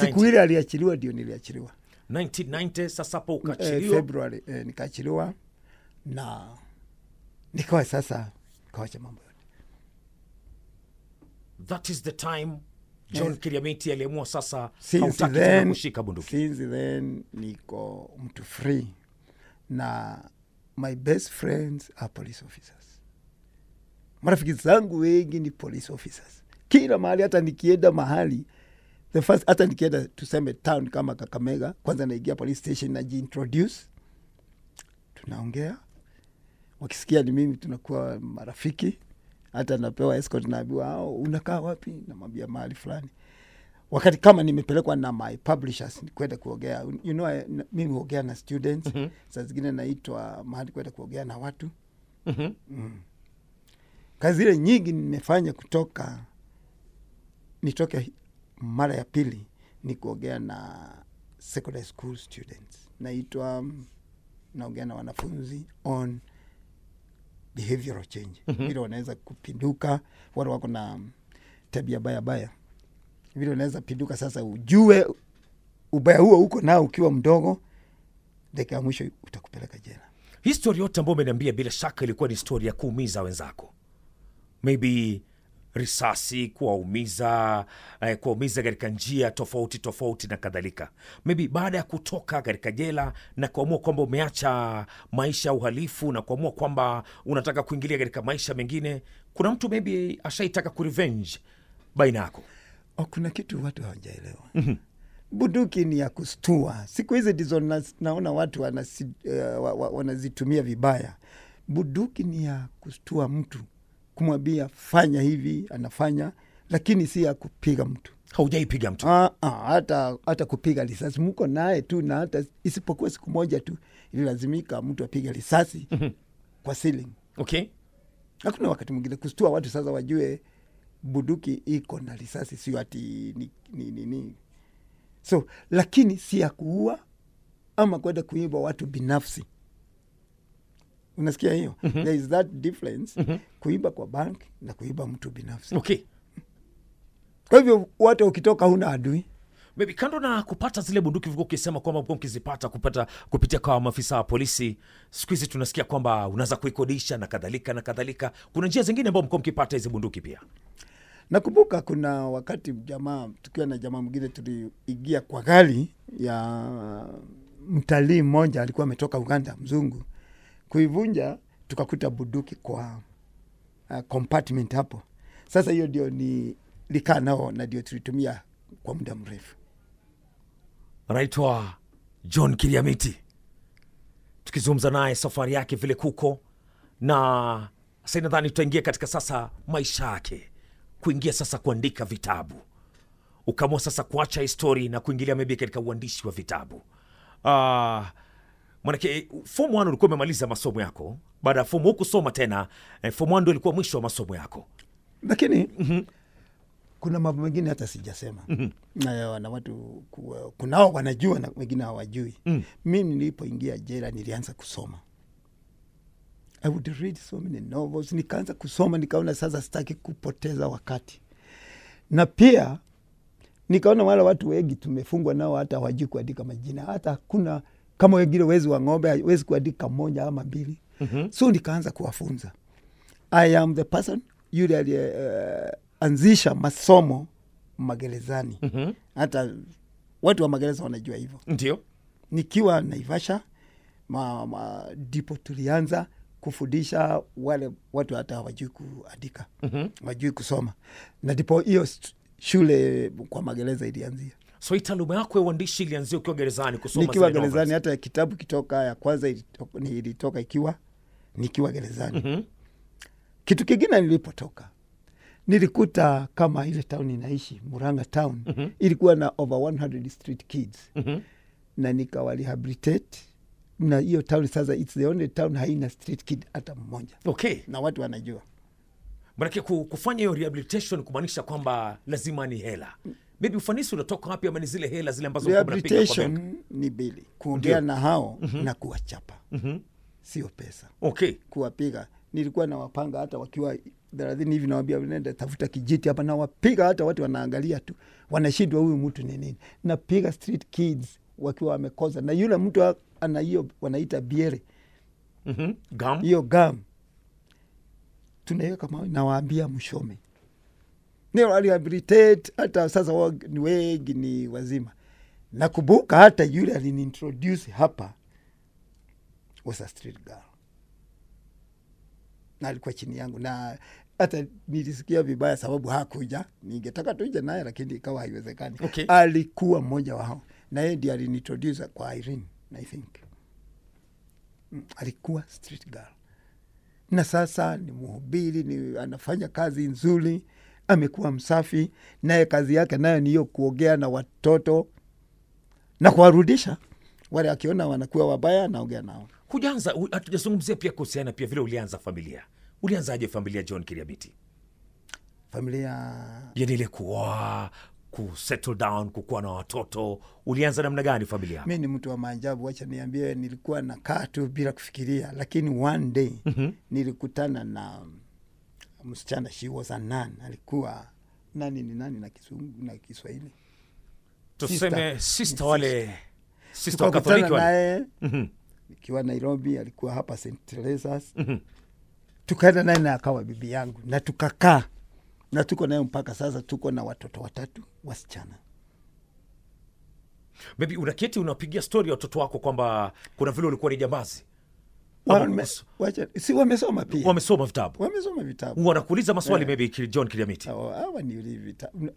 Speaker 3: siku
Speaker 2: 1990
Speaker 3: ile aliachiliwa ndio niliachiliwa
Speaker 2: 1990 sasa hapo
Speaker 3: eh,
Speaker 2: ukaachiliwa
Speaker 3: February eh, nikaachiliwa na nikawa sasa kawacha mambo yote.
Speaker 2: that is the time john
Speaker 3: Yes.
Speaker 2: kiriamiti aliamua sasa
Speaker 3: Since
Speaker 2: hautaki tena
Speaker 3: then,
Speaker 2: kushika bunduki
Speaker 3: since then niko mtu free na my best friends are police officers. Marafiki zangu wengi ni police officers kila mahali, hata nikienda mahali the first, hata nikienda tuseme town kama Kakamega, kwanza naingia police station najiintroduce, tunaongea wakisikia ni mimi tunakuwa marafiki hata napewa escort naambiwa "Ah, unakaa wapi namwambia mahali fulani wakati kama nimepelekwa na my publishers ni kwenda kuogea you know, I, n- mimi huogea na students mm-hmm. saa zingine naitwa mahali kwenda kuogea na watu mm-hmm. mm.
Speaker 2: Mhm.
Speaker 3: kazi ile nyingi nimefanya kutoka nitoke hi- mara ya pili ni kuogea na secondary school students naitwa mm, naongea na wanafunzi on behavioral change vile wanaweza kupinduka wale wako na tabia baya baya vile unaweza pinduka sasa, ujue ubaya huo uko nao ukiwa mdogo, dakika ya mwisho utakupeleka jela.
Speaker 2: hii story yote ambayo umeniambia bila shaka ilikuwa ni story ya kuumiza wenzako maybe risasi kuwaumiza eh, kuwaumiza katika njia tofauti tofauti na kadhalika maybe baada ya kutoka katika jela na kuamua kwamba umeacha maisha ya uhalifu na kuamua kwamba unataka kuingilia katika maisha mengine kuna mtu maybe ashaitaka kurevenge baina yako
Speaker 3: Oh, kuna kitu watu hawajaelewa. Bunduki ni ya kustua. Siku hizi ndizo na- naona watu wanasi, eh, wa- wa- wanazitumia vibaya. Bunduki ni ya kustua mtu, kumwambia fanya hivi, anafanya, lakini si ya kupiga mtu.
Speaker 2: haujaipiga mtu
Speaker 3: Ah, ah, hata hata kupiga risasi mko naye tu, na hata isipokuwa siku moja tu ililazimika mtu apige risasi kwa ceiling.
Speaker 2: okay
Speaker 3: Hakuna wakati mwingine kustua watu sasa wajue bunduki iko na risasi, sio ati ni, ni, ni, ni. So lakini si ya kuua ama kwenda kuiba watu binafsi. Unasikia hiyo? mm -hmm. There is that difference mm -hmm. kuiba kwa bank na kuiba mtu binafsi.
Speaker 2: okay
Speaker 3: Kwa hivyo watu ukitoka huna adui
Speaker 2: maybe kando na kupata zile bunduki ulikuwa ukisema kwamba ulikuwa mkizipata kupata kupitia kwa maafisa wa polisi siku hizi tunasikia kwamba unaweza kuikodisha na kadhalika na kadhalika kuna njia zingine ambao mkuwa mkipata hizi bunduki pia
Speaker 3: Nakumbuka kuna wakati jamaa tukiwa na jamaa mwingine tuliingia kwa gari ya mtalii mmoja alikuwa ametoka Uganda, mzungu, kuivunja tukakuta bunduki kwa uh, compartment hapo. Sasa hiyo ndio ni likaa nao na ndio tulitumia kwa muda mrefu.
Speaker 2: anaitwa john kiriamiti tukizungumza naye safari yake vile kuko na sai nadhani tutaingia katika sasa maisha yake kuingia sasa kuandika vitabu ukaamua sasa kuacha histori na kuingilia maybe katika uandishi wa vitabu uh, manake form 1 ulikuwa umemaliza masomo yako baada ya form hukusoma tena eh, form 1 ndo ilikuwa mwisho wa masomo yako
Speaker 3: Lakini kuna mambo mengine hata sijasema na, na watu kuwa- kunao wanajua na wengine hawajui. Mimi nilipoingia jela nilianza kusoma I would read so many novels. Nikaanza kusoma, nikaona sasa sitaki kupoteza wakati, na pia nikaona wale watu wengi tumefungwa nao, hata hawajui kuandika majina, hata hakuna kama wengine wezi wa ng'ombe hawezi kuandika moja ama mbili. mm-hmm. So nikaanza kuwafunza. I am the person yule aliyeanzisha masomo magerezani. mm-hmm. Hata watu wa magereza wanajua hivyo
Speaker 2: ndio
Speaker 3: nikiwa Naivasha ma, ma, ndipo tulianza kufundisha wale watu hata hawajui kuandika mm-hmm. wajui kusoma, na ndipo hiyo st- shule kwa magereza ilianzia.
Speaker 2: so hii taaluma yako ya uandishi ilianzia ukiwa gerezani kusoma
Speaker 3: Nikiwa
Speaker 2: zile novels.
Speaker 3: gerezani, hata ya kitabu kitoka ya kwanza ilitoka, ni- ilitoka ikiwa nikiwa gerezani
Speaker 2: Mhm.
Speaker 3: mm-hmm. Kitu kingine nilipotoka nilikuta kama ile town inaishi Muranga town
Speaker 2: Mhm.
Speaker 3: mm-hmm. ilikuwa na over 100 street kids mm-hmm. na nikarehabilitate na hiyo town sasa, it's the only town haina street kid hata mmoja,
Speaker 2: okay
Speaker 3: na watu wanajua
Speaker 2: manake ku- kufanya hiyo rehabilitation kumaanisha kwamba lazima ni hela maybe ufanisi unatoka wapi ama ni zile hela zile ambazo ulikuwa unapiga kwa Mhm. benki?
Speaker 3: rehabilitation ni bili kuongea na hao na kuwachapa
Speaker 2: Mhm.
Speaker 3: sio pesa
Speaker 2: okay
Speaker 3: kuwapiga. Nilikuwa nawapanga hata wakiwa thelathini hivi, nawambia nenda tafuta kijiti hapa, nawapiga hata watu wanaangalia tu, wanashindwa huyu mtu ni nini. Napiga street kids wakiwa wamekoza, na yule mtu a- ana hiyo wanaita biere,
Speaker 2: Mhm. Gum.
Speaker 3: hiyo gam tunaiweka mawe, nawaambia mshome. Ndio alihabilitate hata sasa, wa- ni wengi ni wazima. Nakumbuka hata yule aliniintroduce hapa was a street girl, na alikuwa chini yangu, na hata nilisikia vibaya sababu hakuja. Ningetaka tuje naye, lakini ikawa haiwezekani.
Speaker 2: Okay.
Speaker 3: Alikuwa mmoja wao, na yeye ndiye aliniintroduce kwa Irene, I think Mm, alikuwa street girl na sasa ni mhubiri ni anafanya kazi nzuri amekuwa msafi naye kazi yake nayo niyo kuongea na watoto na kuwarudisha wale akiona wanakuwa wabaya anaongea nao
Speaker 2: hujaanza hu- hatujazungumzia pia kuhusiana pia vile ulianza familia ulianzaje familia john kiriabiti
Speaker 3: familia
Speaker 2: yani ile kuoa kusettle down kukuwa na watoto ulianza namna gani familia yako?
Speaker 3: mi ni mtu wa maajabu wacha niambie nilikuwa nakaa tu bila kufikiria lakini one day mm-hmm. nilikutana na msichana she was a nun alikuwa nani ni nani na Kisungu na Kiswahili.
Speaker 2: tuseme sista wale sista wa
Speaker 3: Tukakutana
Speaker 2: Katoliki wale
Speaker 3: naye nikiwa Nairobi, alikuwa hapa St Teresa's. Tukaenda naye na akawa bibi yangu na tukakaa na tuko naye mpaka sasa. Tuko na watoto watatu wasichana.
Speaker 2: maybe unaketi unapigia stori ya watoto wako kwamba kuna vile ulikuwa ni jambazi Ama
Speaker 3: Wame,
Speaker 2: kus-
Speaker 3: wacha, si wamesoma pia,
Speaker 2: wamesoma vitabu
Speaker 3: wamesoma vitabu
Speaker 2: wanakuuliza maswali
Speaker 3: Eh.
Speaker 2: maybe Kili- john kiliamiti
Speaker 3: Hawa- hawa ni ule vita- mna-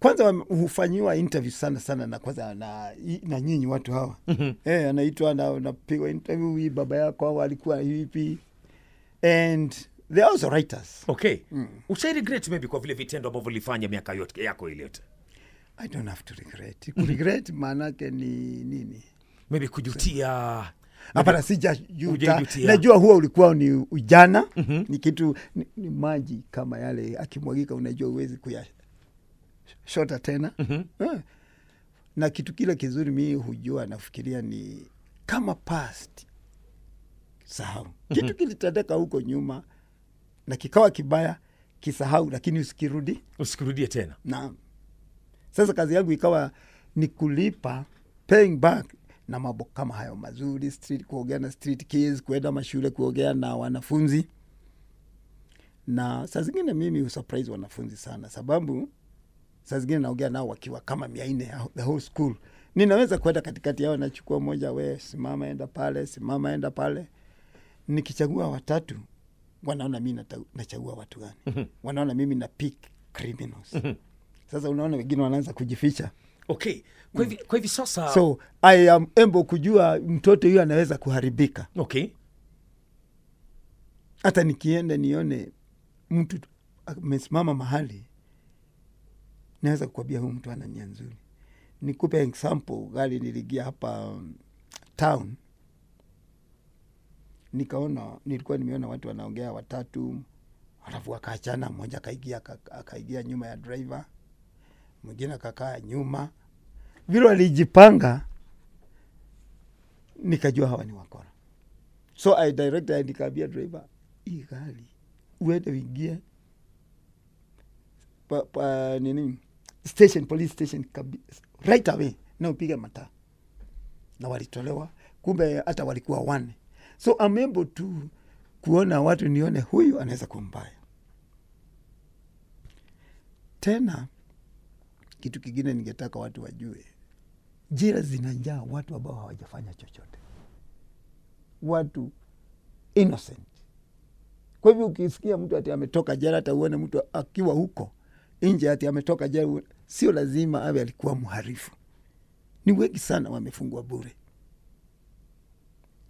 Speaker 3: kwanza wame- hufanyiwa interview sana sana na kwanza na, i- na nyinyi watu hawa eh, anaitwa na unapigwa interview, hii baba yako hawa alikuwa vipi, and they are also writers.
Speaker 2: okay
Speaker 3: Mm.
Speaker 2: Ushai regret maybe kwa vile vitendo ambavyo ulifanya miaka yote yako ile yote
Speaker 3: I don't have to regret. Kuregret maanake ni nini?
Speaker 2: maybe kujutia
Speaker 3: Hapana, sijajuta.
Speaker 2: Hujajutia.
Speaker 3: Najua huo ulikuwa ni ujana ni kitu ni, ni maji kama yale akimwagika, unajua huwezi kuyashota tena Eh. Na kitu kile kizuri mi hujua, nafikiria ni kama past, sahau kitu kilitendeka huko nyuma na kikawa kibaya, kisahau, lakini usikirudi.
Speaker 2: usikirudie tena
Speaker 3: Naam. Sasa kazi yangu ikawa ni kulipa paying back na mambo kama hayo mazuri, street, kuongea na street kids, kuenda mashule, kuongea na wanafunzi. Na saa zingine mimi husurprise wanafunzi sana, sababu saa zingine naongea nao wakiwa kama mia nne, the whole school. Ninaweza kwenda katikati yao, nachukua moja, we simama, enda pale, simama, enda pale. Nikichagua watatu, wanaona mi nata- nachagua watu gani, wanaona mimi na pick criminals. Sasa unaona wengine wanaanza kujificha.
Speaker 2: okay kwa hivi, kwa hivi sasa
Speaker 3: Mm. So I am able kujua mtoto huyo anaweza kuharibika.
Speaker 2: okay
Speaker 3: Hata nikienda nione mtu tu- amesimama mahali, naweza kukwambia huyu mtu ana nia nzuri. Nikupe example, gari niliingia hapa um, town, nikaona nilikuwa nimeona watu wanaongea watatu, alafu wakaachana, mmoja akaingia aka- akaingia nyuma ya driver, mwingine akakaa nyuma, vile walijipanga, nikajua hawa ni wakora. So I directed, nikaambia driver, hii gari uende uingie pa, pa, nini station, police station kabi, right away na upige mataa, na walitolewa. Kumbe hata walikuwa wane, so I'm able to kuona watu, nione huyu anaweza kuwa mbaya. Tena kitu kingine ningetaka watu wajue, jira zinajaa watu ambao hawajafanya chochote, watu innocent. Kwa hivyo ukisikia mtu ati ametoka jela, hata uone mtu akiwa huko nje ati ametoka jela, uone- sio lazima awe alikuwa mharifu. Ni wengi sana wamefungwa bure.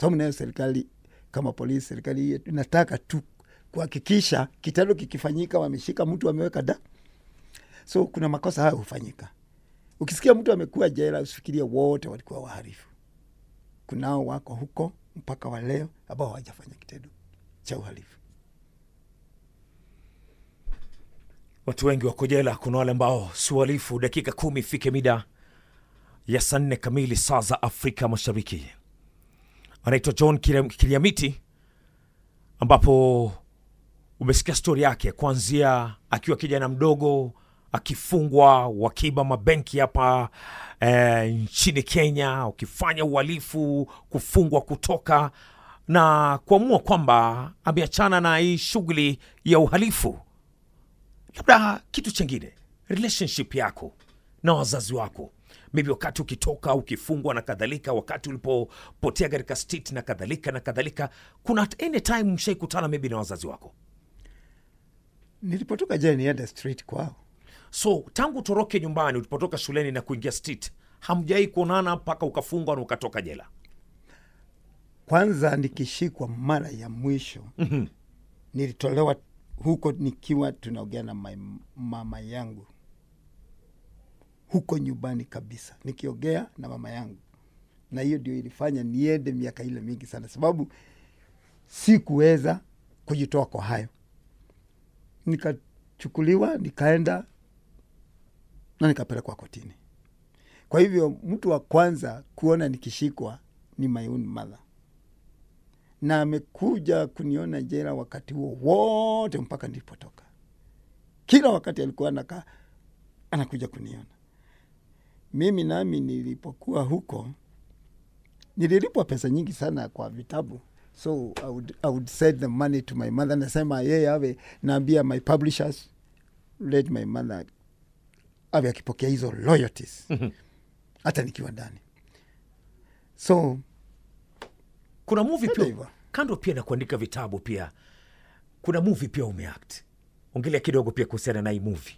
Speaker 3: Sababu nayo serikali kama polisi, serikali hii yetu inataka tu kuhakikisha kitendo kikifanyika, wameshika mtu wameweka da. So kuna makosa hayo hufanyika. Ukisikia mtu amekuwa jela, usifikirie wote walikuwa waharifu kunao wako huko mpaka wa leo ambao hawajafanya kitendo cha uhalifu.
Speaker 2: watu wengi wako jela kuna wale ambao si uhalifu dakika kumi ifike mida ya saa nne kamili saa za afrika mashariki anaitwa john Kiriam- kiriamiti ambapo umesikia stori yake kuanzia akiwa kijana mdogo akifungwa wakiba mabenki hapa eh, nchini kenya ukifanya uhalifu kufungwa kutoka na kuamua kwamba ameachana na hii shughuli ya uhalifu labda kitu chengine relationship yako na wazazi wako maybe wakati ukitoka ukifungwa na kadhalika wakati ulipopotea katika state na kadhalika na kadhalika kuna at any time mshaikutana maybe na wazazi wako
Speaker 3: Nilipotoka jela nienda straight kwao,
Speaker 2: so tangu utoroke nyumbani ulipotoka shuleni na kuingia state hamjai kuonana mpaka ukafungwa na ukatoka jela
Speaker 3: kwanza nikishikwa mara ya mwisho mm-hmm. nilitolewa huko nikiwa tunaongea na ma- mama yangu huko nyumbani kabisa, nikiongea na mama yangu, na hiyo ndio ilifanya niende miaka ile mingi sana, sababu sikuweza kujitoa kwa hayo. Nikachukuliwa, nikaenda na nikapelekwa kotini. Kwa hivyo mtu wa kwanza kuona nikishikwa ni my own mother, na amekuja kuniona jela wakati huo wote mpaka nilipotoka. kila wakati alikuwa anaka, anakuja kuniona mimi. Nami nilipokuwa huko nililipwa pesa nyingi sana kwa vitabu so I would, I would send the money to my mother, nasema yeye awe naambia my publishers let my mother awe akipokea hizo royalties hata nikiwa ndani so
Speaker 2: kuna movie
Speaker 3: Ndio
Speaker 2: pia
Speaker 3: hivyo.
Speaker 2: kando pia na kuandika vitabu pia kuna movie pia umeact ongelea kidogo pia kuhusiana na hii movie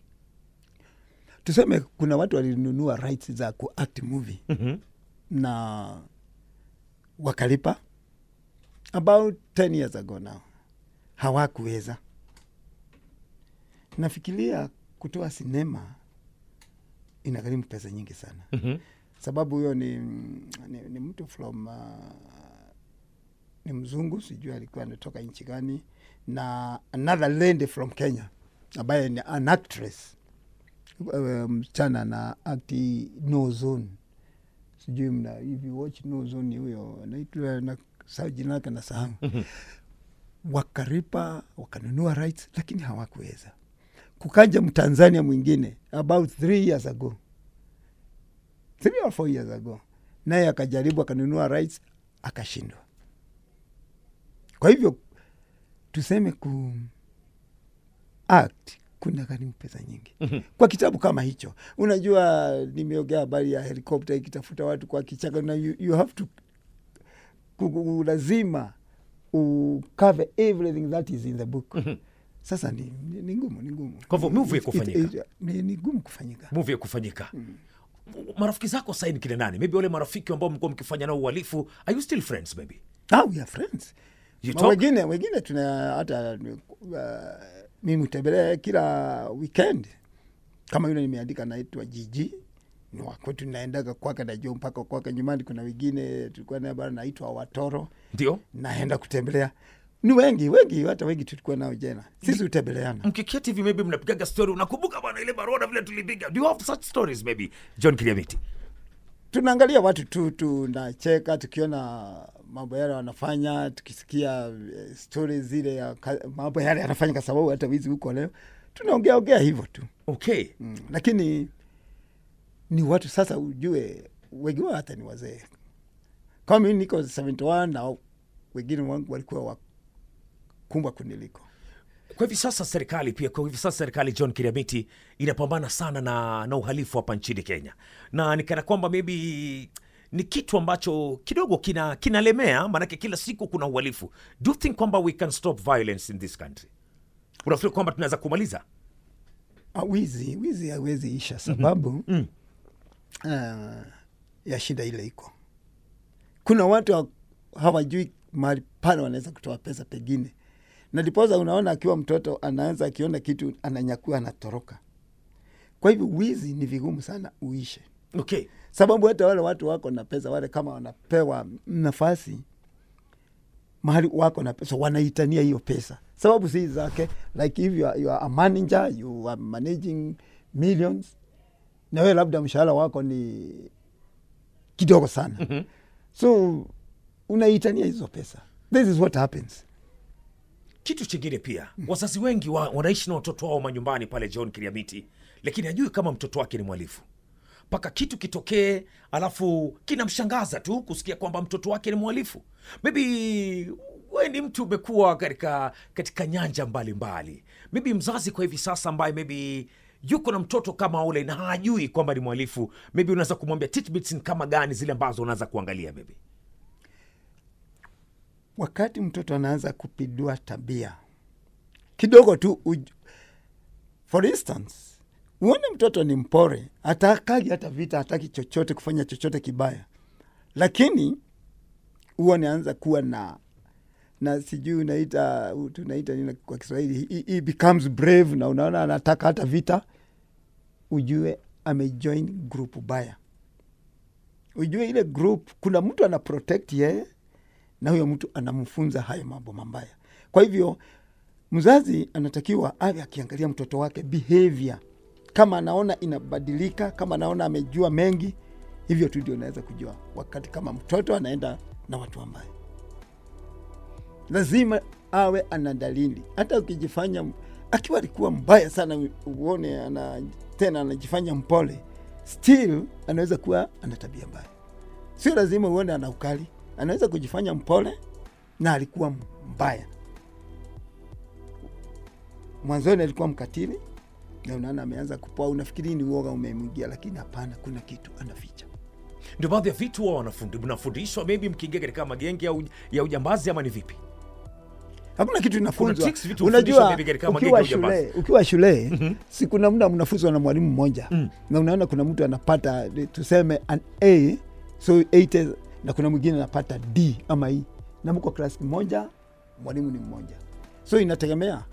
Speaker 3: tuseme kuna watu walinunua rights za kuact movie mm-hmm. na wakalipa about 10 years ago now hawakuweza nafikiria kutoa sinema inagharimu pesa nyingi sana mm-hmm. sababu huyo ni, ni, ni mtu from uh, ni mzungu sijui alikuwa anatoka nchi gani na another lady from kenya ambaye ni an actress eh, msichana na akti no zone sijui mna if you watch no zone ni huyo naitwa na sa- jina lake na sahau wakaripa wakanunua rights lakini hawakuweza kukaja mtanzania mwingine about three years ago three or four years ago naye akajaribu akanunua rights akashindwa kwa hivyo tuseme ku act kuna gharimu pesa nyingi
Speaker 2: Mhm.
Speaker 3: kwa kitabu kama hicho unajua nimeongea habari ya helikopta ikitafuta watu kwa kichaka na you, you have to ku- ku- lazima ucover everything that is in the book sasa ni, ni, ni ngumu ni ngumu
Speaker 2: Mhm. Kwa hivyo movie
Speaker 3: It- it-
Speaker 2: haikufanyika?
Speaker 3: it- ni ni ngumu kufanyika
Speaker 2: movie ya kufanyika marafiki zako saini kina nani maybe wale marafiki ambao mlikuwa mkifanya nao uhalifu are you still friends maybe
Speaker 3: ah, we are friends
Speaker 2: You
Speaker 3: Ma
Speaker 2: talk?
Speaker 3: wengine wengine tuna hata uh, mimi hutembelea kila weekend kama yule nimeandika naitwa jiji ni wakwetu naendaga kwake najua mpaka kwake nyumbani kuna wengine tulikuwa naye bana naitwa watoro
Speaker 2: ndio
Speaker 3: naenda kutembelea ni wengi wengi hata wengi tulikuwa nao jena sisi hutembeleana
Speaker 2: mkiketi hivi maybe mnapigaga story unakumbuka bwana ile barua na vile tulipiga do you have such stories maybe john kiliamiti
Speaker 3: tunaangalia watu tu tunacheka tukiona mambo yale wanafanya tukisikia eh, stori zile ya ka- mambo yale yanafanya kwa sababu hata wizi huko leo tunaongeaongea hivyo tu
Speaker 2: okay
Speaker 3: mm. lakini ni watu sasa ujue wengi wao hata ni wazee kama mimi niko 71 na wengine wangu walikuwa wakumbwa kuniliko
Speaker 2: kwa hivi sasa serikali pia kwa hivi sasa serikali john kiriamiti inapambana sana na, na uhalifu hapa nchini kenya na nikana kwamba maybe ni kitu ambacho kidogo kina kinalemea maanake kila siku kuna uhalifu do you think kwamba we can stop violence in this country unafikiri kwamba tunaweza kumaliza
Speaker 3: Ah, wizi wizi hawezi isha sababu mm-hmm. uh, ya shida ile iko kuna watu ha- hawajui mahali pale wanaweza kutoa pesa pengine na ndiposa unaona akiwa mtoto anaanza akiona kitu ananyakua anatoroka kwa hivyo wizi ni vigumu sana uishe
Speaker 2: okay
Speaker 3: sababu hata wale watu wako na pesa wale kama wanapewa nafasi mahali wako na pesa wanaitania hiyo pesa sababu si zake like if you are, you are a manager you are managing millions na wewe labda mshahara wako ni kidogo sana mm-hmm. so unaitania hizo pesa this is what happens
Speaker 2: kitu chingine pia wazazi wengi wa, wanaishi na watoto wao manyumbani pale john kiriamiti lakini ajui kama mtoto wake ni mwalifu mpaka kitu kitokee alafu kinamshangaza tu kusikia kwamba mtoto wake ni mwalifu maybe we ni mtu umekuwa katika katika nyanja mbalimbali mbali. maybe mzazi kwa hivi sasa ambaye maybe yuko na mtoto kama ule na hajui kwamba ni mwalifu maybe unaweza kumwambia tidbits ni kama gani zile ambazo unaweza kuangalia maybe
Speaker 3: wakati mtoto anaanza kupindua tabia kidogo tu uj... for instance uone mtoto ni mpore atakagi hata vita hataki chochote kufanya chochote kibaya lakini huwa anaanza kuwa na na sijui unaita tunaita nini kwa kiswahili he, he becomes brave na unaona anataka hata vita ujue amejoin group baya ujue ile group kuna mtu ana protect yeye na huyo mtu anamfunza hayo mambo mabaya. Kwa hivyo mzazi anatakiwa awe akiangalia mtoto wake behavior, kama anaona inabadilika, kama anaona amejua mengi, hivyo tu ndio unaweza kujua wakati kama mtoto anaenda na watu wambaya. Lazima awe ana dalili, hata ukijifanya akiwa alikuwa mbaya sana, uone ana, tena anajifanya mpole, still anaweza kuwa ana tabia mbaya. Sio lazima uone ana ukali, anaweza kujifanya mpole na alikuwa mbaya mwanzoni, alikuwa mkatili na unaona ameanza kupoa, unafikiri ni uoga umemwingia, lakini hapana, kuna kitu anaficha.
Speaker 2: Ndio baadhi ya vitu huwa wanafundi- mnafundishwa maybe mkiingia katika magenge ya, uj- ya ujambazi ama ni vipi?
Speaker 3: Hakuna kitu inafunzwa.
Speaker 2: tricks vitu hufundishwa
Speaker 3: Unajua,
Speaker 2: bibi katika
Speaker 3: ukiwa
Speaker 2: magenge ya ujambazi.
Speaker 3: shule, ukiwa shule
Speaker 2: Mhm.
Speaker 3: si kuna muda mnafunzwa na mwalimu mmoja
Speaker 2: Mm.
Speaker 3: na unaona kuna mtu anapata eh, tuseme an A so 80 na kuna mwingine anapata D ama E na mko klasi moja, mwalimu ni mmoja, so inategemea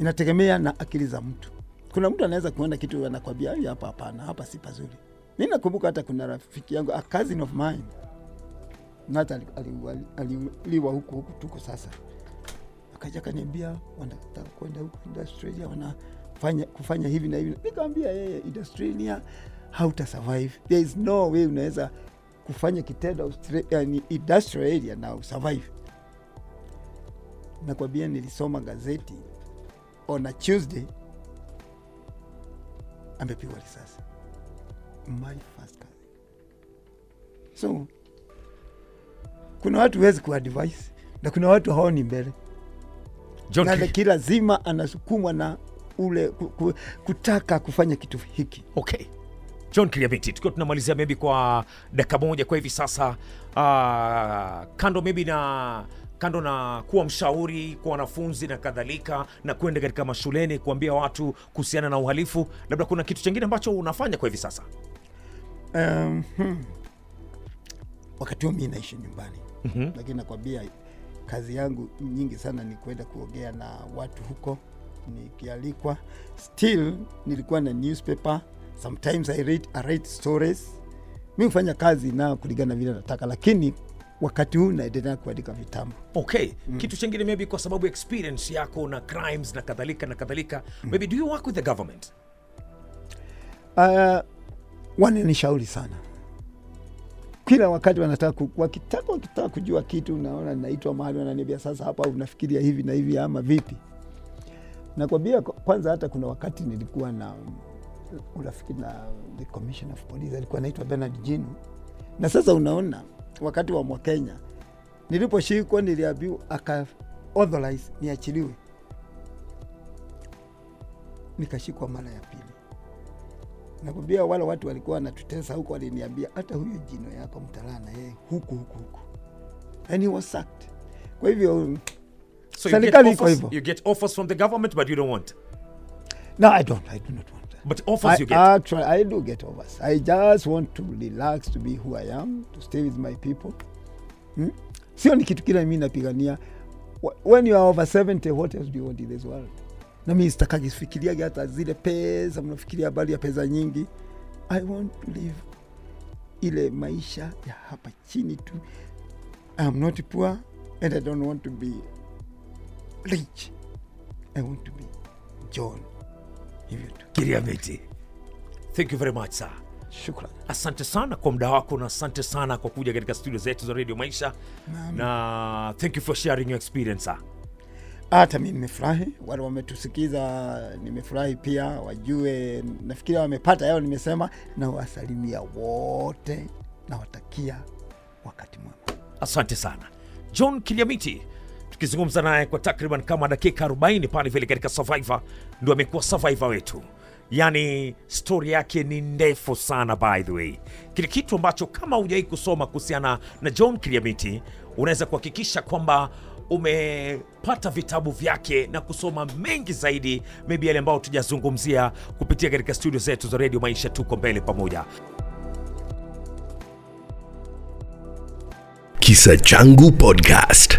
Speaker 3: inategemea na akili za mtu. Kuna mtu anaweza kuona kitu anakwambia "Ai, hapa hapana, hapa si pazuri. Mi nakumbuka hata kuna rafiki yangu a cousin of mine na hata ali- ali- ali- aliuliwa huku huku tuko sasa, akaja akaniambia wanataka kwenda huku Australia, wanafanya kufanya hivi na hivi. Nikamwambia yeye, Australia hauta survive, there is no way unaweza kufanya kitendo Austra- yani Australia na usurvive. Nakwambia nilisoma gazeti on a Tuesday, amepigwa risasi my first cousin. So kuna watu huwezi kuadvise na kuna watu haoni mbele
Speaker 2: John
Speaker 3: na
Speaker 2: Kiri-
Speaker 3: ki lazima anasukumwa na ule ku, ku, kutaka kufanya kitu hiki.
Speaker 2: okay. John Kiriamiti, tukiwa tunamalizia maybe kwa dakika moja kwa hivi sasa, uh, kando maybe na kando na kuwa mshauri kwa wanafunzi na kadhalika na kwenda katika mashuleni kuambia watu kuhusiana na uhalifu, labda kuna kitu chingine ambacho unafanya kwa hivi sasa?
Speaker 3: Um, hmm. Wakati huo mi naishi nyumbani mm-hmm. Lakini nakwambia kazi yangu nyingi sana ni kwenda kuongea na watu huko nikialikwa. Still nilikuwa na newspaper, sometimes I read, I write stories. Mi hufanya kazi na kulingana vile nataka, lakini wakati huu naendelea kuandika vitabu.
Speaker 2: okay mm. kitu chengine maybe kwa sababu experience yako na crimes na kadhalika na kadhalika mm. maybe do you work with the government
Speaker 3: uh, wananishauri sana kila wakati wanataka ku- wakitaka wakitaka kujua kitu, naona naitwa mahali wananiambia, sasa hapa unafikiria hivi na hivi ama vipi? Nakwambia kwa- kwanza, hata kuna wakati nilikuwa na mm, urafiki na the commissioner of police alikuwa anaitwa Bernard Jinu, na sasa unaona wakati wa Mwakenya niliposhikwa, niliambiwa aka authorize niachiliwe, nikashikwa mara ya pili nakwambia wale watu walikuwa wanatutesa huko, waliniambia hata huyu jino yako mtalala na yeye huku huku huku, and he was sacked. Kwa hivyo
Speaker 2: so you get,
Speaker 3: Serikali iko
Speaker 2: offers,
Speaker 3: hivyo.
Speaker 2: you get offers from the government but you don't want
Speaker 3: no, I don't, I do not want that.
Speaker 2: but offers
Speaker 3: I,
Speaker 2: you get
Speaker 3: Actually, I do get over. I just want to relax, to be who I am, to stay with my people. Hmm? Sio ni kitu kile mi napigania. Wh- When you are over 70, what else do you want in this world? Na mi sitaka kifikiriage hata zile pesa, mnafikiria habari ya pesa nyingi. I want to live ile maisha ya hapa chini tu. I am not poor and I don't want to be rich. I want to be John. Hivyo tu.
Speaker 2: Kiriamiti thank you very much sir
Speaker 3: Shukran.
Speaker 2: asante sana kwa muda wako na asante sana kwa kuja katika studio zetu za radio maisha na thank you for sharing your experience sir
Speaker 3: hata mi nimefurahi, wale wametusikiza nimefurahi pia, wajue nafikiri wamepata yao nimesema, na wasalimia wote, nawatakia wakati mwema.
Speaker 2: asante sana john kiliamiti tukizungumza naye kwa takriban kama dakika 40 pale vile katika survivor ndo amekuwa survivor wetu yaani stori yake ni ndefu sana by the way kile kitu ambacho kama hujawai kusoma kuhusiana na john kiliamiti unaweza kuhakikisha kwamba umepata vitabu vyake na kusoma mengi zaidi maybe yale ambayo tujazungumzia kupitia katika studio zetu za redio maisha tuko mbele pamoja
Speaker 1: Kisa Changu Podcast.